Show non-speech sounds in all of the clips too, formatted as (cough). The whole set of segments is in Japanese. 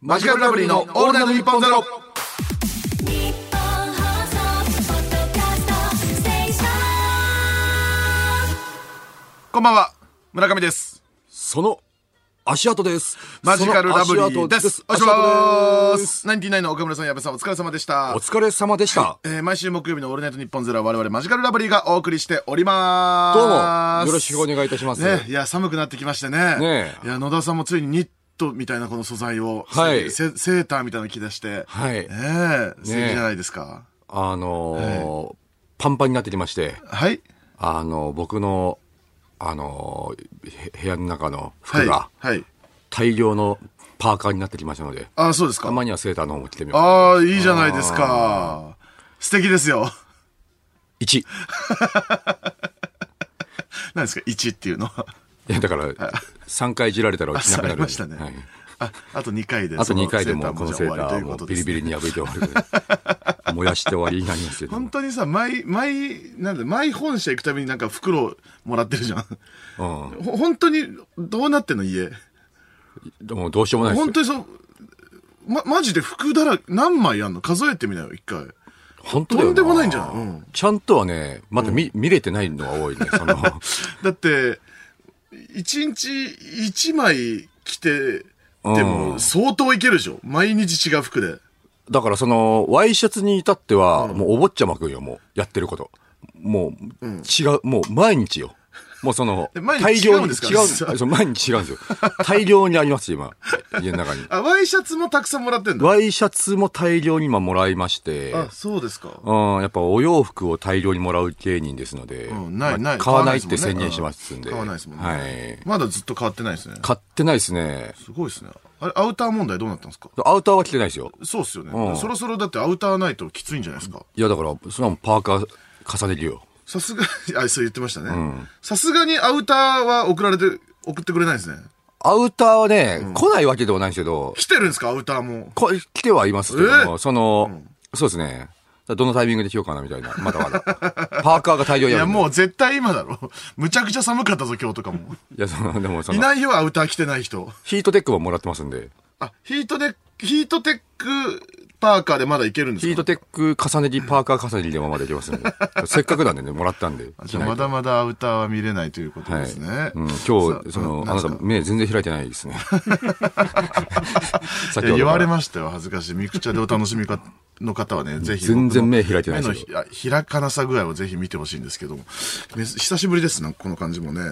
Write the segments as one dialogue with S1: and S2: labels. S1: マジカルラブリーのオールナイトニッポンゼロ
S2: 日本放送ポッドキャストステーション
S1: こんばんは村上です
S3: その足跡です。
S1: マジカルラブリーです
S3: そ
S1: お
S3: の
S1: 願い
S3: 足
S1: しま
S3: 跡です
S1: すナインティナインの岡村さん矢部さんお疲れ様でした
S3: お疲れ様でした。
S1: えー毎週木曜日のオールナイトニッポンゼロは我々マジカルラブリーがお送りしておりま
S3: どうも
S1: す
S3: よろしくお願いいたします。
S1: ね、いや寒くなってきましてね
S3: ねえ
S1: いや野田さんもついにニットみたいなこの素材を、
S3: はい
S1: セセーターみたいなの着出して、
S3: はい
S1: ねえ素敵じゃないですか、
S3: あのーパンパンになってきまして、
S1: はい
S3: あのー僕のあのーへ部屋の中の
S1: は
S3: 服
S1: い
S3: が
S1: はい
S3: 大量のパーカーになってきましたので、
S1: あそうです
S3: た
S1: か
S3: まにはセーターの方も着てみよう。
S1: ああいいじゃないですか素敵ですよ
S3: 一。い
S1: 何ですか1っていうのは
S3: やだから三回いじられたら着なくな
S1: あ
S3: る
S1: り
S3: んで。
S1: ましたね
S3: はい
S1: ああと2回で
S3: あと2回でもう
S1: そ
S3: この
S1: の
S3: セ
S1: セーター
S3: ー
S1: もじゃあ
S3: ター
S1: 終わりという
S3: も
S1: こ
S3: う
S1: と
S3: ビ
S1: です
S3: リ
S1: ね
S3: ビリに破いて終わるので。燃やして終わりになりますけども
S1: 本。当にさ毎毎なんで毎本社行くたびになんか袋もらってるじゃん
S3: うん
S1: ほ本当にどうなってんの家
S3: でもどうしようもないですよ。
S1: 本当にそうまマジで服だら何枚あんの数えてみなよ一回
S3: 本当だ
S1: と
S3: よ
S1: んでもないんじゃない、うん
S3: ちゃんとはね、まだ見,、見れてないのが多いね。その、 (laughs)
S1: だって1日1枚着てで
S3: う
S1: も
S3: ん
S1: 相当いけるでしょ毎日違う服で
S3: だからその、ワイシャツに至っては、もうお坊ちゃまくんよ、もう、やってること。もう、違う、もう毎日よ。もうその
S1: え、毎日
S3: 大量
S1: 違うん
S3: に
S1: ですか
S3: 違う、
S1: 実は
S3: そう毎日違うんですよ。大量にあります、今、家の中に。
S1: あワイシャツもたくさんもらってんだ
S3: ワイシャツも大量に今もらいまして、
S1: あそうですか
S3: うん、やっぱお洋服を大量にもらう芸人ですので、
S1: うんない
S3: まあ
S1: ない
S3: 買わないって
S1: 買わないですもんね
S3: 宣言しますんで。
S1: 買わないですもんね
S3: はい。
S1: まだずっと変わってないですね
S3: 買ってないですね。
S1: すごいですねあれアウター問題どうなったんですか
S3: アウターは着てないですよ。
S1: そうっすよね、
S3: うん
S1: そろそろだってアウターないときついんじゃないですか
S3: いや、だから、それはもうパーカー重ねるよ。
S1: さすが (laughs) あそう言ってましたねさすがにアウターは送られて送ってくれないんですね
S3: アウターはね、来ないわけではないんですけど、
S1: 来てるんですかアウターも
S3: こ来てはいますけども、
S1: え
S3: その、そうですね。どのタイミングで着ようかなみたいな。まだまだ。 (laughs) パーカーが大量
S1: い
S3: にあ
S1: や
S3: るんで。
S1: もう絶対今だろむちゃくちゃ寒かったぞ今日と
S3: (laughs)
S1: かも
S3: いや、その、でもそ
S1: い
S3: の、
S1: ないよアウター着てない人
S3: ヒートテックももらってますんで、
S1: あヒートテックヒートテックパーカーでまだいけるんです
S3: ヒ
S1: か
S3: ートテック重ね着、パーカー重ね着でままで行きますん
S1: (laughs)
S3: で、せっかくなんでね、もらったんで。
S1: じゃあまだまだアウターは見れないということ
S3: は
S1: で
S3: い。
S1: すね、
S3: うん、今日、
S1: さ
S3: その、
S1: な
S3: あ
S1: な
S3: な
S1: んす
S3: た
S1: か
S3: 目全然開いてないです
S1: (laughs)
S3: ね。さ
S1: いや言われ
S3: す。
S1: ましたよ恥ずかしいミクチャでお楽しみかの方はねぜひ
S3: 全然目開いてないで
S1: 目の
S3: すよ
S1: ひあ開かなさ具合をぜひ見てほしいんですけどもめ久しぶりですなんかこの感じもね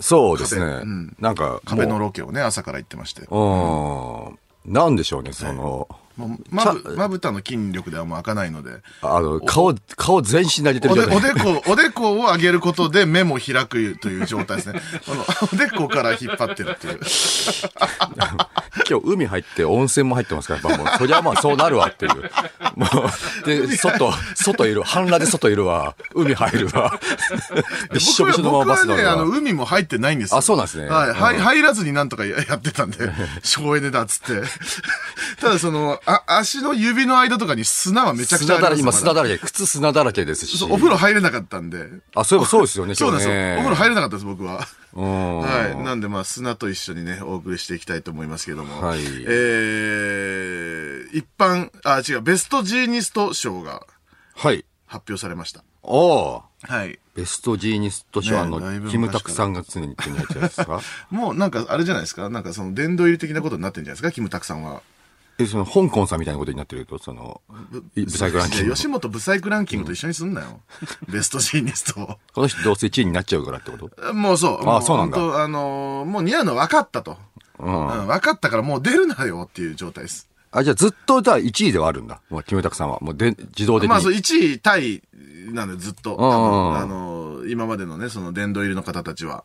S3: そうですね
S1: 壁う。
S3: なんか、
S1: 壁のロケをね朝から行ってまして
S3: もう、うん、なんでしょうね、その、
S1: もうまぶまぶたの筋力ではもう開かないので
S3: あの、顔、顔全身投げてる
S1: お
S3: じ
S1: で
S3: ゃない
S1: おでこおでこを上げることで目も開くという状態ですねこのおでこから引っ張ってるっていう
S3: (laughs) 今日海入って温泉も入ってますから、やっぱもう、そりゃまあそうなるわっていう。
S1: (laughs)
S3: もう、で、外、外いる、半裸で外いるわ、海入る
S1: (laughs)
S3: わ。で、しょびしょのままバス
S1: 僕
S3: 乗る
S1: はねあの
S3: わ。
S1: 海も入ってないんですよ
S3: あそうなんですね
S1: はい、
S3: うん
S1: はい入らずになんとかや (laughs) やってたんで
S3: (laughs)
S1: 省エネだっつって (laughs) ただそのあ足の指の間とかに砂はめちゃくちゃ
S3: 砂
S1: あ
S3: だら
S1: り
S3: け、
S1: ま
S3: 今
S1: す
S3: 砂
S1: まだ
S3: だらけ、靴砂だらけですし
S1: そう。お風呂入れなかったんで
S3: あ、そういえばそうですよね、
S1: そうなんですよ、お風呂
S3: る。
S1: 入れなかったです僕は
S3: うん。
S1: はい。なんで、まあ、砂と一緒にね、お送りしていきたいと思いますけども。
S3: はい
S1: えー、一般、あ、違う、ベストジーニスト賞が
S3: はい。
S1: 発表されました。
S3: おー
S1: はい。
S3: ベストジーニスト賞、
S1: ね
S3: あ
S1: だいぶ
S3: の、
S1: 昔から
S3: キムタクさんが常に言ってるやつです (laughs) か
S1: もう、なんか、あれじゃないですか。なんか、その、殿堂入り的なことになってんじゃないですか、キムタクさんは。
S3: え、その、香港さんみたいなことになってると、その、ブサイクランキン
S1: い
S3: グ
S1: や。吉本ブサイクランキングと一緒にすん
S3: (laughs)
S1: なよ。ベストジーニスト
S3: この人どうせ1位になっちゃうからってこと
S1: を。もうそう。
S3: あ
S1: も
S3: そうなんだ
S1: 本当あのーもう似合うの分かったと。
S3: うん。
S1: うん、分かったからもう出るなよっていう状態です。
S3: あ、じゃあずっと、じゃあ1位ではあるんだ。もう、キムタクさんは。もう、で、自動的に。
S1: まあ、そう、1位タイなんで、ずっと。多分
S3: うん
S1: あの、今までのね、その、殿堂入りの方たちは。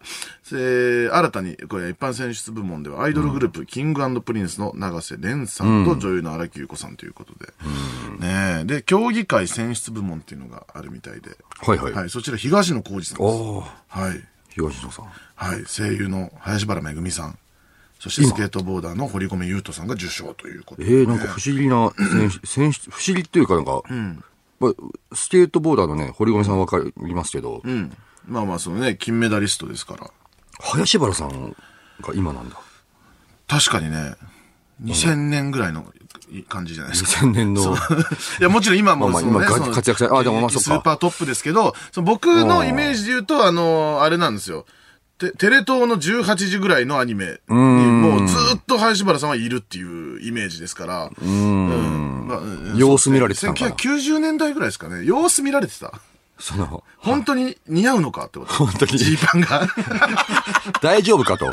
S1: で、新たに、これ、一般選出部門では、アイドルグループ、キングプリンスの永瀬廉さんと女優の荒木優子さんということで。ねえで、競技会選出部門っていうのがあるみたいで。
S3: はいはい。
S1: はい、そちら、東野浩二さんで
S3: お
S1: す。
S3: おー
S1: はい。
S3: 東野さん。
S1: はい、声優の林原めぐみさん。そして、スケートボーダーの堀米雄斗さんが受賞ということ
S3: え
S1: で。
S3: ー、なんか不思議な、選手、選手、不思議っていうかなんか、まあスケートボーダーのね、堀米さんわかりますけど、
S1: うん。まあまあ、そのね、金メダリストですから。
S3: 林原さんが今なんだ。
S1: 確かにね、 2000年ぐらいのい感じじゃないですか。
S3: 2000年の。
S1: (laughs) いや、もちろん今も
S3: まあまあ
S1: そのね、
S3: 今
S1: その
S3: 活躍してあでもまあそっか
S1: スーパートップですけど、その僕のイメージで言うと、あの、あれなんですよ。テテレ東の18時ぐらいのアニメに、もうずっと林原さんはいるっていうイメージですから、うんまあうん
S3: 様子見られてたのかな
S1: 1990年代ぐらいですかね、様子見られてた。
S3: その、
S1: 本当に似合うのかってこと。
S3: 本当に
S1: ジーパンが。
S3: 大丈夫かと。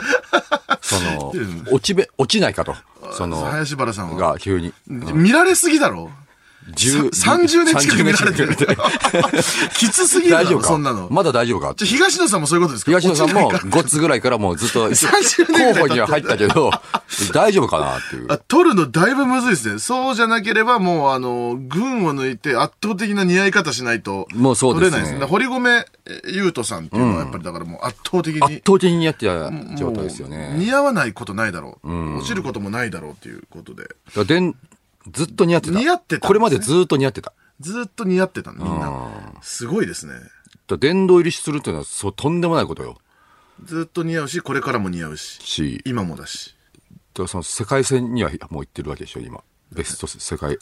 S3: その、落ちべ、落ちないかと。そ (laughs) の、
S1: 林原さんは。
S3: が急に。
S1: 見られすぎだろ
S3: 10
S1: 30年近く見られて
S3: 30
S1: る
S3: 年近く見
S1: (laughs)
S3: られてる
S1: きつすぎるだ
S3: 大丈
S1: ろ、
S3: 夫か
S1: そんなの。
S3: まだ大丈夫か
S1: じゃ東野さんもそういうことですか
S3: 東野さんも
S1: 落ちないか
S3: 5つぐらいからもうずっと
S1: 30年ぐ
S3: 候
S1: らい経ってる
S3: 補には入ったけど、 (laughs) 大丈夫かな
S1: (laughs)
S3: っていう。
S1: あ取るのだいぶむずいですね。そうじゃなければもう、あの、群を抜いて圧倒的な似合い方しないと。
S3: もうそうですね
S1: 取れないですね。だから堀米優斗さんっていうのはやっぱりだからもう圧倒的に。
S3: 圧倒的にやってた
S1: もう
S3: 状態ですよね。
S1: 似合わないことないだろう、落ちることもないだろうっていうことで。
S3: だからでんずっと似合ってた。
S1: 似合ってたんですね
S3: これまでずっと似合ってた。
S1: ずーっと似合ってたの、みんな。すごいですね。
S3: だから殿堂入りするっていうのは、そう、とんでもないことよ。
S1: ずーっと似合うし、これからも似合うし。
S3: し、だか
S1: 今もだし。 (laughs)
S3: らその世界戦にはもう行ってるわけでしょ、今。ベスト世界、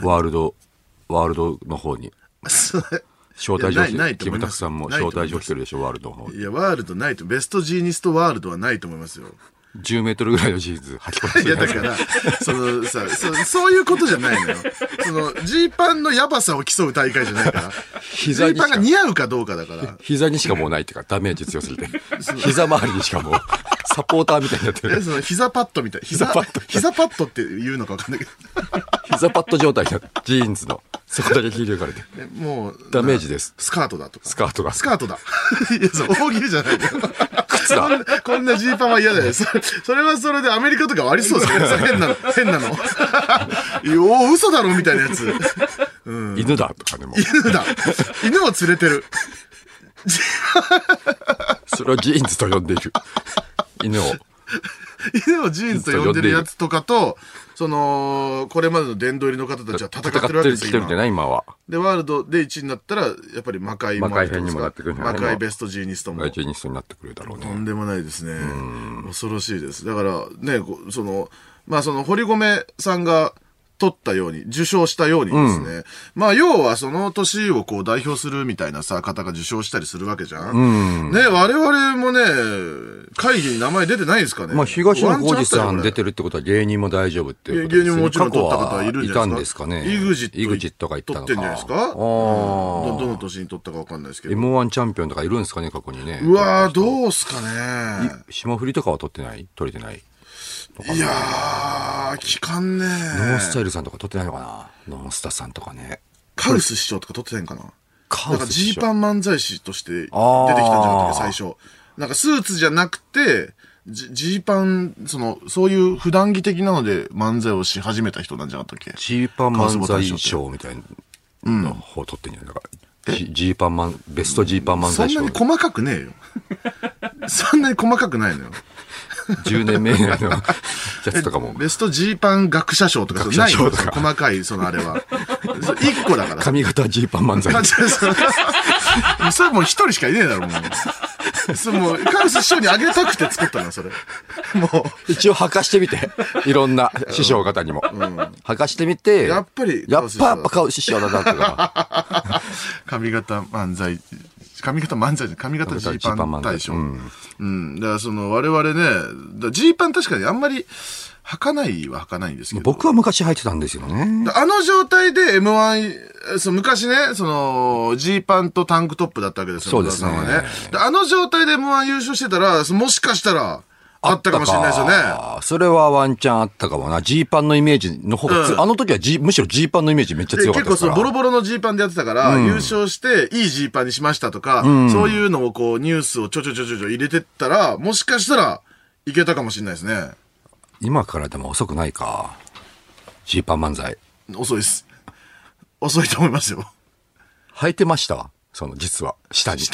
S3: ワールド、ワールドの方に。
S1: それ
S3: 招待状
S1: いやないない
S3: して、キ
S1: と思
S3: ム
S1: い
S3: タ
S1: ま
S3: ク
S1: す
S3: さんも
S1: ないと
S3: 招
S1: 思いま
S3: 待
S1: す
S3: 状してるでしょ、ワールドの方に。
S1: いや、ワールドないと、ベストジーニストワールドはないと思いますよ。
S3: 10メートルぐらいのジーンズ履き込ん
S1: い
S3: で
S1: や、だ (laughs) から、そのさそ、そういうことじゃないのよ。その、ジーパンのヤバさを競う大会じゃないから。ジ
S3: 膝に
S1: ー
S3: しか
S1: パンが似合うかどうかだから。
S3: 膝にしかもうないっていうか、ダメージ強すぎて。膝周りにしかもう、サポーターみたいになって
S1: え、
S3: る。
S1: その、膝パッドみたい。膝
S3: 膝パッド
S1: 膝パッドって言うのかわかんないけど。
S3: 膝パッド状態になって、ジーンズの。そこだけ切り抜かれて。
S1: えもう、
S3: ダメージです
S1: スカートだとか。
S3: スカートが
S1: スカートだ。 (laughs) いや、そう、大喜利じゃないよ。
S3: 靴だ。
S1: こんなジーパンは嫌だよ。そそれはそれでアメリカとかありそ
S3: (laughs)
S1: うですね。変なの。変なの。いやお嘘だろみたいなやつ。
S3: 犬だとかでも。
S1: 犬だ。犬を連れてる。
S3: それをジーンズと呼んでいる。犬を。
S1: 犬をジーンズと呼んでるやつとかと、その、これまでの殿堂入りの方たちは戦ってるわけです
S3: きて
S1: よ。
S3: るんじゃ
S1: 今
S3: ない今は。
S1: で、ワールドで1位になったら、やっぱり魔界も
S3: 魔界編にもなってくるんじゃない
S1: 魔界ベストジーニストも
S3: 外。人に人になってくるだろう
S1: と
S3: ね。
S1: んでもないですね。恐ろしいです。だからね、こその、まあその、堀米さんが取ったように、受賞したようにですね。まあ要はその年をこう代表するみたいなさ、方が受賞したりするわけじゃん。ね、我々もね、会議に名前出てないですかね。
S3: まあ、東野幸治さん出
S1: る。
S3: てるってことは芸人も大丈夫って
S1: い
S3: いう
S1: や
S3: ことです
S1: 芸人
S3: よ
S1: も
S3: ね
S1: もちろん取った
S3: 過去
S1: 方
S3: はい
S1: る
S3: い
S1: じゃ
S3: た
S1: ない
S3: ん
S1: で
S3: ですす
S1: か。
S3: かね。
S1: イグジット。
S3: イグジットが行ったの
S1: 取
S3: か。
S1: ってんじゃない
S3: ああ。
S1: ですかどどの年に取ったかわかんないですけど。
S3: M1 チャンピオンとかいるんですかね、過去にね。
S1: うわー、どうすかね。
S3: 霜降りとかは取ってない取れてない
S1: いやー、聞かんねー
S3: ノンスタイルさんとか取ってないのかなノンスタさんとかね。
S1: カウス師匠とか撮ってないんかな
S3: カ
S1: なん
S3: ウ
S1: か
S3: ス
S1: ジ
S3: 師
S1: ー
S3: 匠
S1: パン漫才師として出てき
S3: あ
S1: たん
S3: ー
S1: じゃなかったっけ最初。なんかスーツじゃなくて、ジジーパン、その、そういう普段着的なので漫才をし始めた人なんじゃなかったっけ
S3: ジーパン漫才賞みたいなの方取ってんじゃないだから、ジジーパンマン、ベストジーパン漫
S1: そ
S3: 才
S1: んな
S3: 賞
S1: に細かくねえよ。 (laughs) そんなに細かくないのよ。
S3: 10年目以内のやつとか
S1: (laughs)
S3: も、
S1: ベストジーパン学者賞とかそう
S3: 学
S1: な
S3: 者賞
S1: いのよ
S3: とか
S1: 細かい、そのあれ (laughs) は。それ一個だから。
S3: 髪型ジーパン漫才。
S1: 感じです。それもう一人しかいねえだろ、もう。それもう、カウス師匠にあげたくて作ったのよ、それ。もう。
S3: 一応履かしてみ
S1: (laughs)
S3: て。いろんな師匠方にも。履かしてみて。
S1: やっぱり
S3: やっぱ、やっぱ顔師匠だなと
S1: (laughs)
S3: か。
S1: 髪型漫才、髪型漫才じゃない髪型ジーパン大賞。
S3: う
S1: うん
S3: ん。
S1: だからその、我々ね、だジーパン確かにあんまり履かないは履かないんですけど。
S3: 僕は昔履いてたんですよね。
S1: あの状態で M1、そう昔ね、その、ジーパンとタンクトップだったわけですよ、
S3: そうですね
S1: 野田さんはね。であの状態で M1 優勝してたら、もしかしたら、あったかもしれないですよね。
S3: あそれはワンチャンあったかもな。ジーパンのイメージの方がつ、
S1: うん
S3: あの時はジーむしろジーパンのイメージめっちゃ
S1: で
S3: 強か
S1: 結
S3: ったで
S1: 構
S3: すから。
S1: そのボロボロのジーパンでやってたから、優勝していいジーパンにしましたとか、そういうのをこうニュースをちょちょちょちょちょ入れてったら、もしかしたらいけたかもしれないですね。
S3: 今からでも遅くないか。ジーパン漫才。
S1: 遅いです。遅いと思いますよ。
S3: 履いてましたわその、実は。下に。
S1: い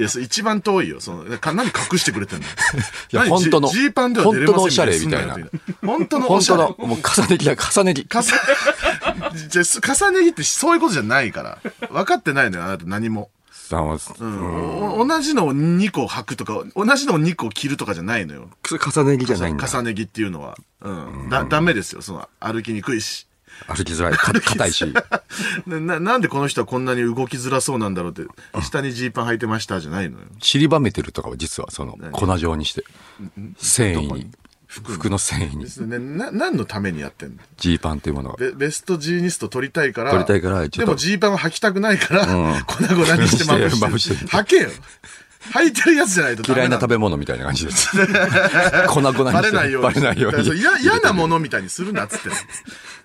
S1: や、それ一番遠いよ。その、か何隠してくれてんのい
S3: や本当の
S1: ジーパンでは出れません
S3: 本当のおしゃれみ
S1: 本当のお
S3: 本
S1: しゃ
S3: 当
S1: れ。
S3: の、もう重ね着だ、重ね着。
S1: 重ね、じゃ、重ね着ってそういうことじゃないから。分かってないのよ、あなた何も。
S3: さんは、
S1: お同じのを2個履くとか、同じのを2個着るとかじゃないのよ。
S3: それ重ね着じゃないんだ。
S1: 重ね着っていうのは。うん。だ、ダメですよ。その、歩きにくいし。 (laughs)
S3: 歩きづらい。か硬いし。
S1: なななんでこの人はこんなに動きづらそうなんだろうって、下にジーパン履いてましたじゃないのよ。
S3: 散りばめてるとかは実はその粉状にして、繊維に、服の繊維に、
S1: ね、な、何のためにやってんの
S3: ジーパンというものが。
S1: ベベストジーニスト取りたいから。
S3: 取りたいからちょっと
S1: でもジーパンを履きたくないから、粉々にしてまぶして
S3: まぶ (laughs) して
S1: る。履けよ。履いてるやつじゃないとダメ
S3: 嫌いな
S1: の
S3: 食べ物みたいな感じです。粉々にして。
S1: バレないように。
S3: バレないよう
S1: だからそう
S3: に。
S1: 嫌嫌なものみたいにするなっつってんの。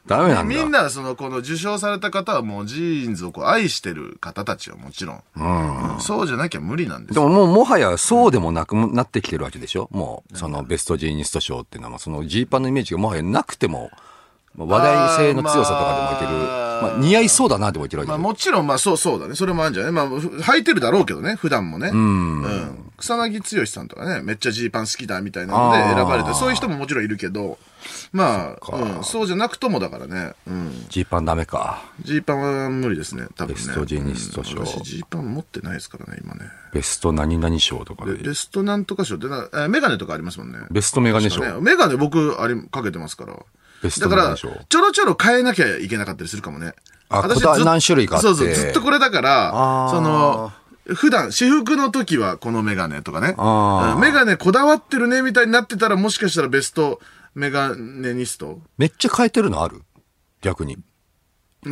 S3: ダメ (laughs) なんだ。
S1: みんな、その、この受賞された方はもうジーンズをこう愛してる方たちはもちろん。うんそうじゃなきゃ無理なんです
S3: で
S1: よ。
S3: ももうもはやそうでもなくなってきてるわけでしょもうそのベストジーニスト賞っていうのはそのジーパンのイメージがもはやなくてもまあ話題性の強さとかでもいける。
S1: あーまあ
S3: まあ似合いそうだなでもいけるわけ
S1: まあ
S3: で
S1: もちろん、まあそうそうだね。それもあるんじゃないまあふ履いてるだろうけどね、普段もね。うん。草薙剛さんとかね、めっちゃジーパン好きだみたいなので
S3: あー
S1: 選ばれて、そういう人ももちろんいるけど、まあ、うん、そうじゃなくともだからね。うん。
S3: ジーパンダメか。
S1: ジーパンは無理ですね、多分ね。
S3: ベストジーニスト賞
S1: うん私ジーパン持ってないですからね、今ね。
S3: ベスト何々賞とかで
S1: で。ベストなんとか賞ってな、えーメガネとかありますもんね。
S3: ベストメガネ賞。
S1: ねメガネ僕、あれ、かけてますから。
S3: ベスト
S1: だか
S3: メガ
S1: ら、
S3: ネ
S1: ち
S3: 賞
S1: ょろちょろ変えなきゃいけなかったりするかもね。
S3: あ
S1: 私
S3: こだ
S1: ずっ
S3: 何種類かあって
S1: そうそう、ずっとこれだから
S3: あ、ー
S1: その、普段、私服の時はこのメガネとかね。
S3: あー
S1: うんメガネこだわってるね、みたいになってたら、もしかしたらベストメガネニスト
S3: めっちゃ変えてるのある逆に。
S1: え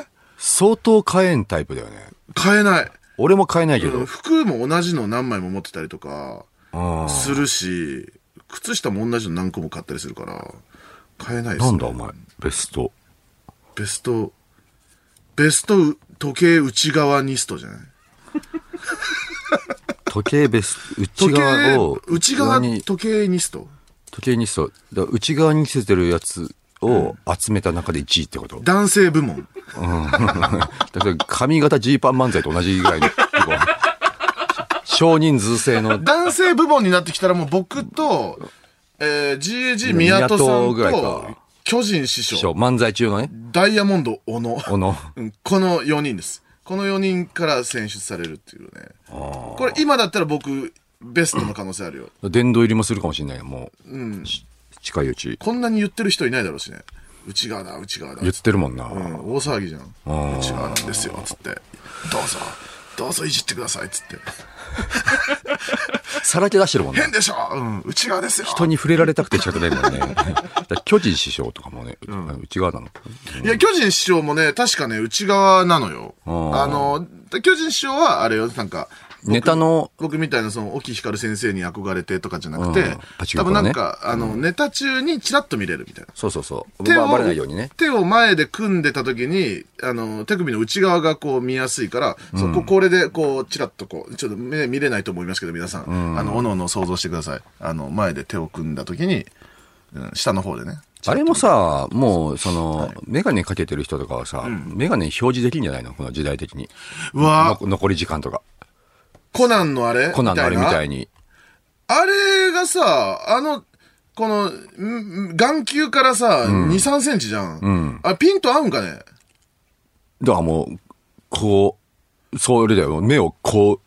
S1: ー、
S3: 相当変えんタイプだよね。
S1: 変えない。
S3: 俺も変えないけど。
S1: 服も同じの何枚も持ってたりとか、
S3: うん
S1: するし、靴下も同じの何個も買ったりするから、買えないです、ね。
S3: なんだお前、ベスト。
S1: ベスト、ベスト時計内側ニストじゃない
S3: 時計ベスト、内
S1: 時計
S3: 側を、
S1: 内側
S3: に
S1: 時計ニスト
S3: 時計にそう。だから内側に着せてるやつを集めた中で1位ってこと。
S1: 男性部門。
S3: だから髪型ジーパン漫才と同じぐらいの。こう (laughs) 少人数制の。
S1: 男性部門になってきたらもう僕と、えー、GAG 宮戸さ
S3: 宮戸
S1: ん
S3: ぐらい
S1: と
S3: か、
S1: 巨人師
S3: そう
S1: 匠、
S3: 漫才中のね。
S1: ダイヤモンド小野。
S3: この、
S1: うんこの4人です。この4人から選出されるっていうね。これ今だったら僕、ベストの可能性あるよ。
S3: 殿堂入りもするかもしれないよもう。し近いうち。
S1: こんなに言ってる人いないだろうしね。内側だ、内側だ。
S3: 言ってるもん
S1: う
S3: な。
S1: ん、大騒ぎじゃん。うちはなんですよ、つって。どうぞ、どうぞいじってください、つって。
S3: さらけ出してるもんな
S1: 変。でしょうん、うち側ですよ。
S3: 人に触れられたくて仕方ない (laughs) もんね。だから巨人師匠とかもね、内側なの。
S1: いや、巨人師匠もね、確かね、内側なのよ。
S3: ん
S1: あの、巨人師匠は、あれよ、なんか、
S3: ネタの、
S1: 僕みたいな、その、沖光先生に憧れてとかじゃなくて、
S3: うんパチンコ
S1: 多分
S3: の
S1: な
S3: ね
S1: んか、あの、ネタ中にチラッと見れるみたいな。
S3: そうそうそう。
S1: 手
S3: ま
S1: を
S3: あバレないようにね。
S1: 手を前で組んでた時に、あの、手首の内側がこう見やすいから、そこ、これでこう、ちらっとこう、ちょっと目見れないと思いますけど、皆さん、あの、おのおの想像してください。あの、前で手を組んだ時に、うん、下の方でね。
S3: あれもさ、もう、その、メガネかけてる人とかはさ、メガネ表示できんじゃないのこの時代的に。
S1: うわ
S3: の残り時間とか。
S1: コナンのあれ
S3: コナンのあれみたい
S1: な。
S3: に。
S1: あれがさ、あの、この、んん眼球からさ、2、3センチじゃん。あ、ピント合うんかね
S3: だからもう、こう、それだよ。目をこ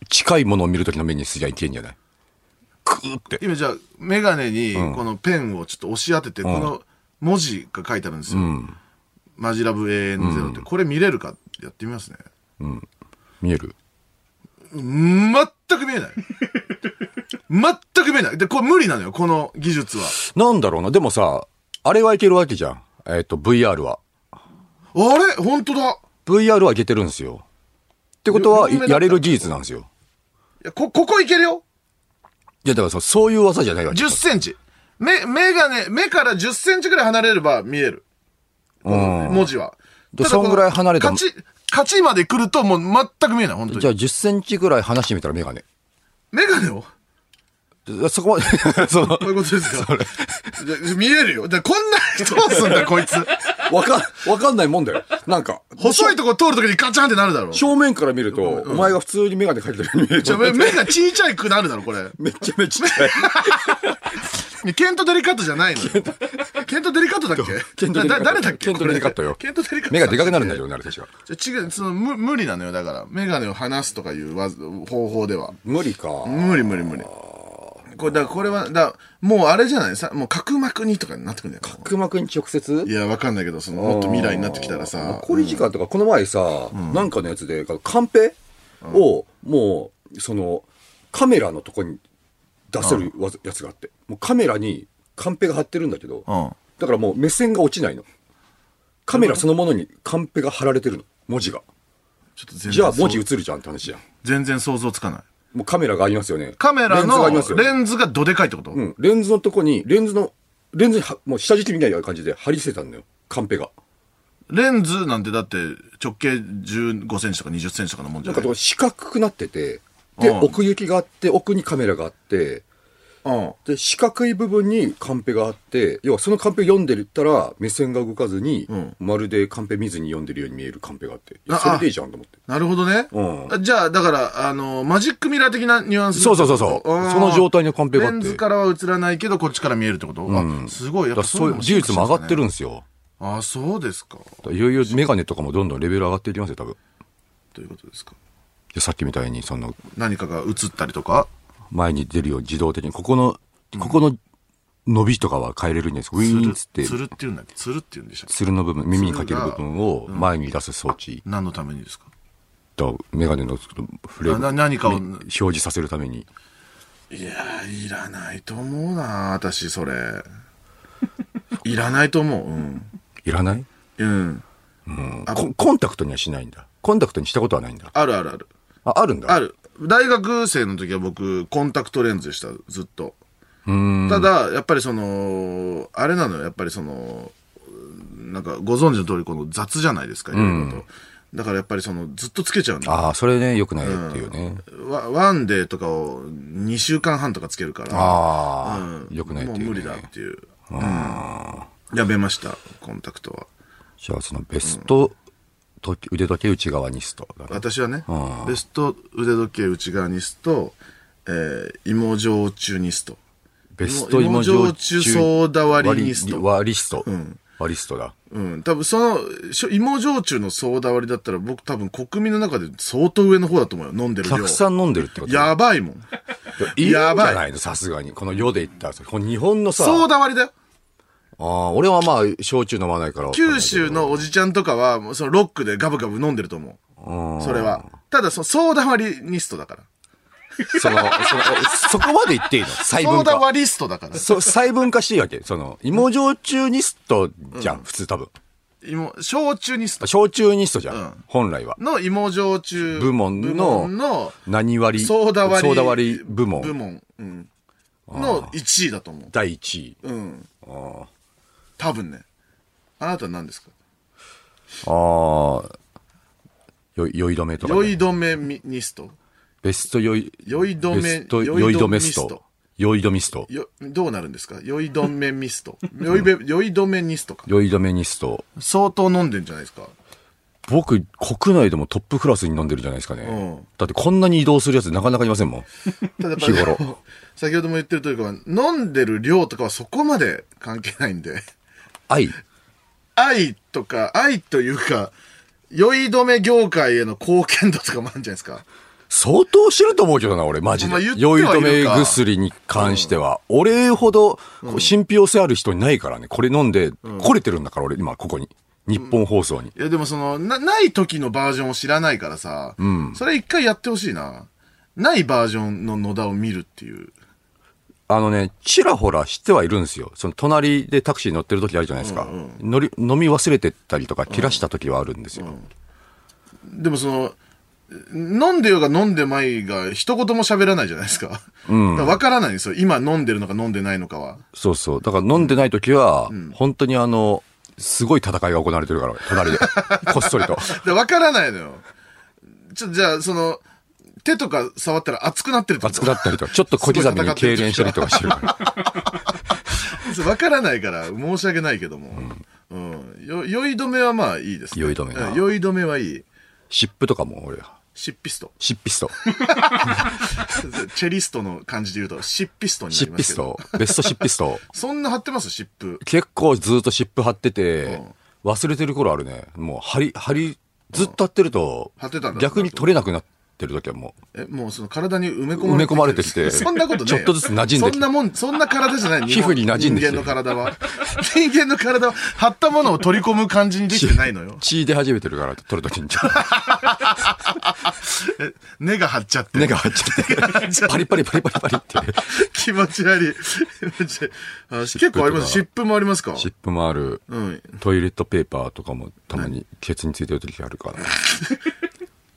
S3: う、近いものを見るときの目にすりゃいけんじゃないクーって。
S1: 今じゃあ、メガネに、このペンをちょっと押し当てて、この文字が書いてあるんですよ。マジラブ AN0 って、これ見れるかやってみますね。
S3: 見える
S1: 全く見
S3: (laughs)
S1: えない。全く見えない。で、これ無理なのよ、この技術は。
S3: なんだろうな。でもさ、あれはいけるわけじゃん。えっ、と、VR は。
S1: あれ本当だ
S3: VR はいけてるんですよ。ってことは、
S1: よ有名だった
S3: やれる技術なんですよ。
S1: いやこ、ここいけるよ
S3: いや、だからそうそういう技じゃないわけ
S1: !10 センチ。目、メガネ、目から10センチぐらい離れれば見える。この文字は。
S3: で
S1: ただこの
S3: そんぐらい離れたも
S1: 勝ち、勝ちまで来るともう全く見えない、本当
S3: じゃ
S1: に。
S3: あ10センチぐらい離してみたらメガネ。
S1: メガネを
S3: そこまで、 (laughs) その
S1: こう、いうことですかじゃ見えるよ。で、こんな人をすん
S3: (laughs)
S1: だ、こいつ。
S3: わか、わかんないもんだよ。なんか、
S1: 細いとこ通るときにガチャンってなるだろ。
S3: 正面から見ると、お前が普通にメガネかけてるように見えち
S1: じ
S3: ゃ
S1: ゃ
S3: う。
S1: 目目が小ゃいくなるだろ、これ。
S3: めっちゃめちゃちっちゃい。 (laughs)
S1: ケントデリカットじゃないのよ。ケントデリカットだっけ
S3: ケントデリカット
S1: だ誰だっけ
S3: ケントデリカットよ
S1: ケントデリカッ
S3: (laughs)
S1: ト。
S3: 目がでかくなるんだよね、あれ確か。
S1: じゃ違う、その、む無理なのよ、だから。メガネを離すとかいうわ方法では。
S3: 無理か。
S1: 無理無理無理。これ、だからこれは、だもうあれじゃないさ、もう角膜にとかになってくんだよ。
S3: 角膜に直接
S1: いや、わかんないけど、その、もっと未来になってきたらさ、
S3: 残り時間とか、この前さ、なんかのやつで、カンペを、もう、その、カメラのとこに出せるわやつがあって、もうカメラにカンペが貼ってるんだけど、
S1: うん
S3: だからもう目線が落ちないの。カメラそのものにカンペが貼られてるの、文字が。
S1: ちょっと全然。
S3: じゃあ文字映るじゃんって話じゃん。
S1: 全然想像つかない。
S3: もうカメラがありますよね。
S1: カメラ
S3: レンズが
S1: の
S3: ありますよね。
S1: レンズがどでかいってこと、
S3: うん、レンズのとこに、レンズの、レンズには、もう下敷きみたいな感じで貼り付けてたんだよ。カンペが。
S1: レンズなんてだって直径15センチとか20センチとかのもんじ
S3: なん
S1: ゃ
S3: か
S1: ない
S3: こう四角くなってて、で、
S1: うん
S3: 奥行きがあって、奥にカメラがあって、
S1: うん。
S3: で、四角い部分にカンペがあって、要はそのカンペを読んでったら、目線が動かずに、
S1: ん
S3: まるでカンペ見ずに読んでるように見えるカンペがあって、い
S1: あ
S3: や
S1: あ
S3: それでいいじゃんと思って。
S1: なるほどね。
S3: うん
S1: あじゃあ、だから、あの、マジックミラー的なニュアンス。
S3: そうそうそうそうその状態のカンペがあって
S1: レンズからは映らないけど、こっちから見えるってこと、あ、すごい。や
S3: だ
S1: っ
S3: か
S1: ぱ
S3: らそういう
S1: の
S3: 技術も上がって
S1: 進
S3: るんですよ。
S1: 化してますね。あ、そうですか。
S3: だからいよいよメガネとかもどんどんレベル上がっていきますよ、多分。い
S1: ということですか。
S3: やさっきみたいに、その、
S1: 何かが映ったりとか。
S3: 前に出るように自動的に、ここの、ここの伸びとかは変えれるんです。ウィ
S1: つ
S3: ーン
S1: る
S3: っつって、
S1: つるって言うんだっけつるって言うんでしたっけ
S3: つるの部分、耳にかける部分を前に出す装置
S1: 何のためにですか
S3: と、メガネのフレー
S1: あ
S3: ム
S1: な何かを、
S3: 表示させるために。
S1: いやー、いらないと思うな私、それ。 (laughs) いらないと思う。うん。
S3: いらない
S1: うん。
S3: コンコンタクトにはしないんだ。コンタクトにしたことはないんだ。
S1: あるあるある。
S3: あ、あるんだ。
S1: ある。大学生の時は僕、コンタクトレンズでした、ずっと。ただ、やっぱりその、あれなのよ、やっぱりその、なんかご存知の通り、この雑じゃないですか、いろいろと。だからやっぱりその、ずっとつけちゃうの。
S3: ああ、それね、良くないよっていうね。
S1: ワワンデーとかを2週間半とかつけるから。
S3: あ
S1: う
S3: あ、
S1: ん
S3: 良くないっていう、ね。
S1: もう無理だっていう。うんやめました、コンタクトは。
S3: じゃあ、そのベスト、時腕時計内側にすと。
S1: 私はね
S3: あ、
S1: ベスト腕時計内側にすと、えー、芋状中にすと。
S3: ベスト芋焼
S1: 芋焼酎ソーダ割りニスト
S3: 割りスト。割りストだ。
S1: うん、多分その、しょ芋焼酎のソーダ割りだったら僕多分国民の中で相当上の方だと思うよ、飲んでる量。
S3: たくさん飲んでるってこと
S1: やばいもん。
S3: いいんじゃ
S1: やばい
S3: ないのさすがに。この世で言ったら。この日本のさ、
S1: ソーダ割りだよ。
S3: ああ、俺はまあ、焼酎飲まないから。
S1: 九州。のおじちゃんとかは、もうそのロックでガブガブ飲んでると思う。それは。ただ、そのソーダ割りニストだから。
S3: その、その、そこまで言っていいの細
S1: ソ
S3: 分
S1: ーダ
S3: 化。
S1: 割りストだから。
S3: そ細分化していいわけ。その、芋焼酎ニストじゃん、普通多分。
S1: 芋、焼酎ニスト。
S3: 焼酎ニストじゃん、本来は。
S1: の芋焼酎
S3: 部門の
S1: 部門の
S3: 何割
S1: ソーダ割り。
S3: 割り部門。
S1: 部門。うん。の1位だと思う。
S3: 第1位。
S1: うん。多分ね。あなたは何ですか
S3: ああ、よ、酔い止めとか、
S1: 酔
S3: ね。
S1: い止めミニスト
S3: ベスト酔い、
S1: 酔い止め
S3: ベスト
S1: 酔い止め
S3: 酔い止めス
S1: ミス
S3: ト
S1: ト。
S3: 酔い止めスト。
S1: よ、どうなるんですか酔い止めミスト。酔いべ、酔い止めニストか。
S3: 酔い止めニスト。
S1: 相当飲んでんじゃないですか。
S3: 僕、国内でもトップクラスに飲んでるじゃないですかね。
S1: うん
S3: だってこんなに移動するやつなかなかいませんもん。
S1: ただやっぱ
S3: 日頃。
S1: (laughs) 先ほども言ってるというか、飲んでる量とかはそこまで関係ないんで。
S3: 愛。
S1: 愛とか、愛というか、酔い止め業界への貢献度とかもあるんじゃないですか。
S3: 相当知ると思うけどな、俺、マジで。
S1: まあ言って
S3: 酔い
S1: はいる
S3: 止
S1: か
S3: め薬に関しては、俺ほど、こう信憑性ある人いないからね、これ飲んで、来れてるんだから、俺、今、ここに。日本放送に。
S1: いや、でもその、な、ない時のバージョンを知らないからさ、それ一回やってほしいな。ないバージョンの野田を見るっていう。
S3: あのね、ちらほら知ってはいるんですよ。その、隣でタクシー乗ってる時あるじゃないですか。乗り、飲み忘れてったりとか、切らした時はあるんですよ。
S1: でもその、飲んでようが飲んでまいが一言も喋らないじゃないですか。だからわからないんですよ。今飲んでるのか飲んでないのかは。
S3: そうそう。だから飲んでない時は、本当にあの、すごい戦いが行われてるから、隣
S1: (laughs)
S3: で。こっそりと。
S1: だからわからないのよ。ちょ、じゃあ、その、手とか触ったら熱くなってるってこと
S3: 熱くなったりとか、ちょっと小刻みに痙攣したりとかしてる
S1: (laughs)
S3: から。
S1: わからないから申し訳ないけども。うん。よ酔い止めはまあいいですね。
S3: 酔い止めな
S1: うん酔い止めはいい。
S3: 湿布とかも俺、
S1: シッピスト。 (laughs)
S3: 執筆と。
S1: チェリストの感じで言うと、シッピストにな
S3: 執
S1: りま
S3: 筆
S1: すけど
S3: と。。ベスト執筆と。
S1: そんな貼ってますシップ。
S3: 結構ずっと湿布貼ってて
S1: ん、
S3: 忘れてる頃あるね。もう貼り、貼り、ずっと貼ってると
S1: 貼ってたんだろう、な
S3: 逆に取れなくなってる時はも
S1: え、もうその体に埋め込まれて
S3: う埋め込まれてきて、
S1: そんなことねえ
S3: ちょ
S1: よ
S3: っとずつ馴染んでき
S1: そ
S3: て
S1: んなもん、そんな体じゃない。
S3: (laughs) 皮膚に馴染んできて
S1: 人間の体は。人間の体は、貼ったものを取り込む感じにできてないの
S3: (laughs)
S1: よ。
S3: 血出始めてるから、取るとき
S1: (laughs)
S3: に。
S1: え根が張っちゃって。
S3: 根が張っ
S1: (laughs)
S3: ちゃって、パリパリパリパリパリって。
S1: 気持ち悪い。気持ち悪いあ結構あります。湿布もありますか
S3: 湿布もある、
S1: うん。
S3: トイレットペーパーとかもたまにケツについてるときあるから。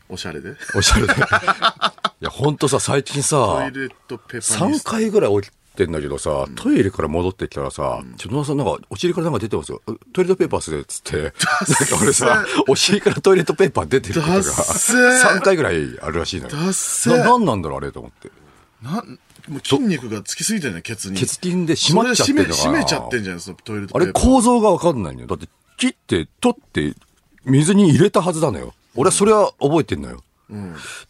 S1: おしゃれで。
S3: おっしゃるで。い
S1: (laughs)
S3: や、ほんとさ、最近
S1: ト
S3: さ
S1: イ、レットペーパーに
S3: 3回ぐらい起きてんだけどさ、トイレから戻ってきたらさ、ちょっと野田さんなんか、お尻からなんか出てますよ。あトイレットペーパーっすねっつって、なんか俺さ、お尻からトイレットペーパー出てること
S1: ダ
S3: が、
S1: ッセー
S3: 3回ぐらいあるらしいのよ。
S1: ダッセー
S3: な、なんなんだろうあれと思って。
S1: なん、もう筋肉がつきすぎてるね、ケツに。
S3: 血筋で締まっちゃってんのかな。
S1: それで締め締めちゃってんじゃないですか、トイレット
S3: あ
S1: ペ
S3: れ
S1: ーパー。
S3: 構造がわかんないのよ。だって、切って、取って、水に入れたはずだのよ。俺はそれは覚えてんのよ。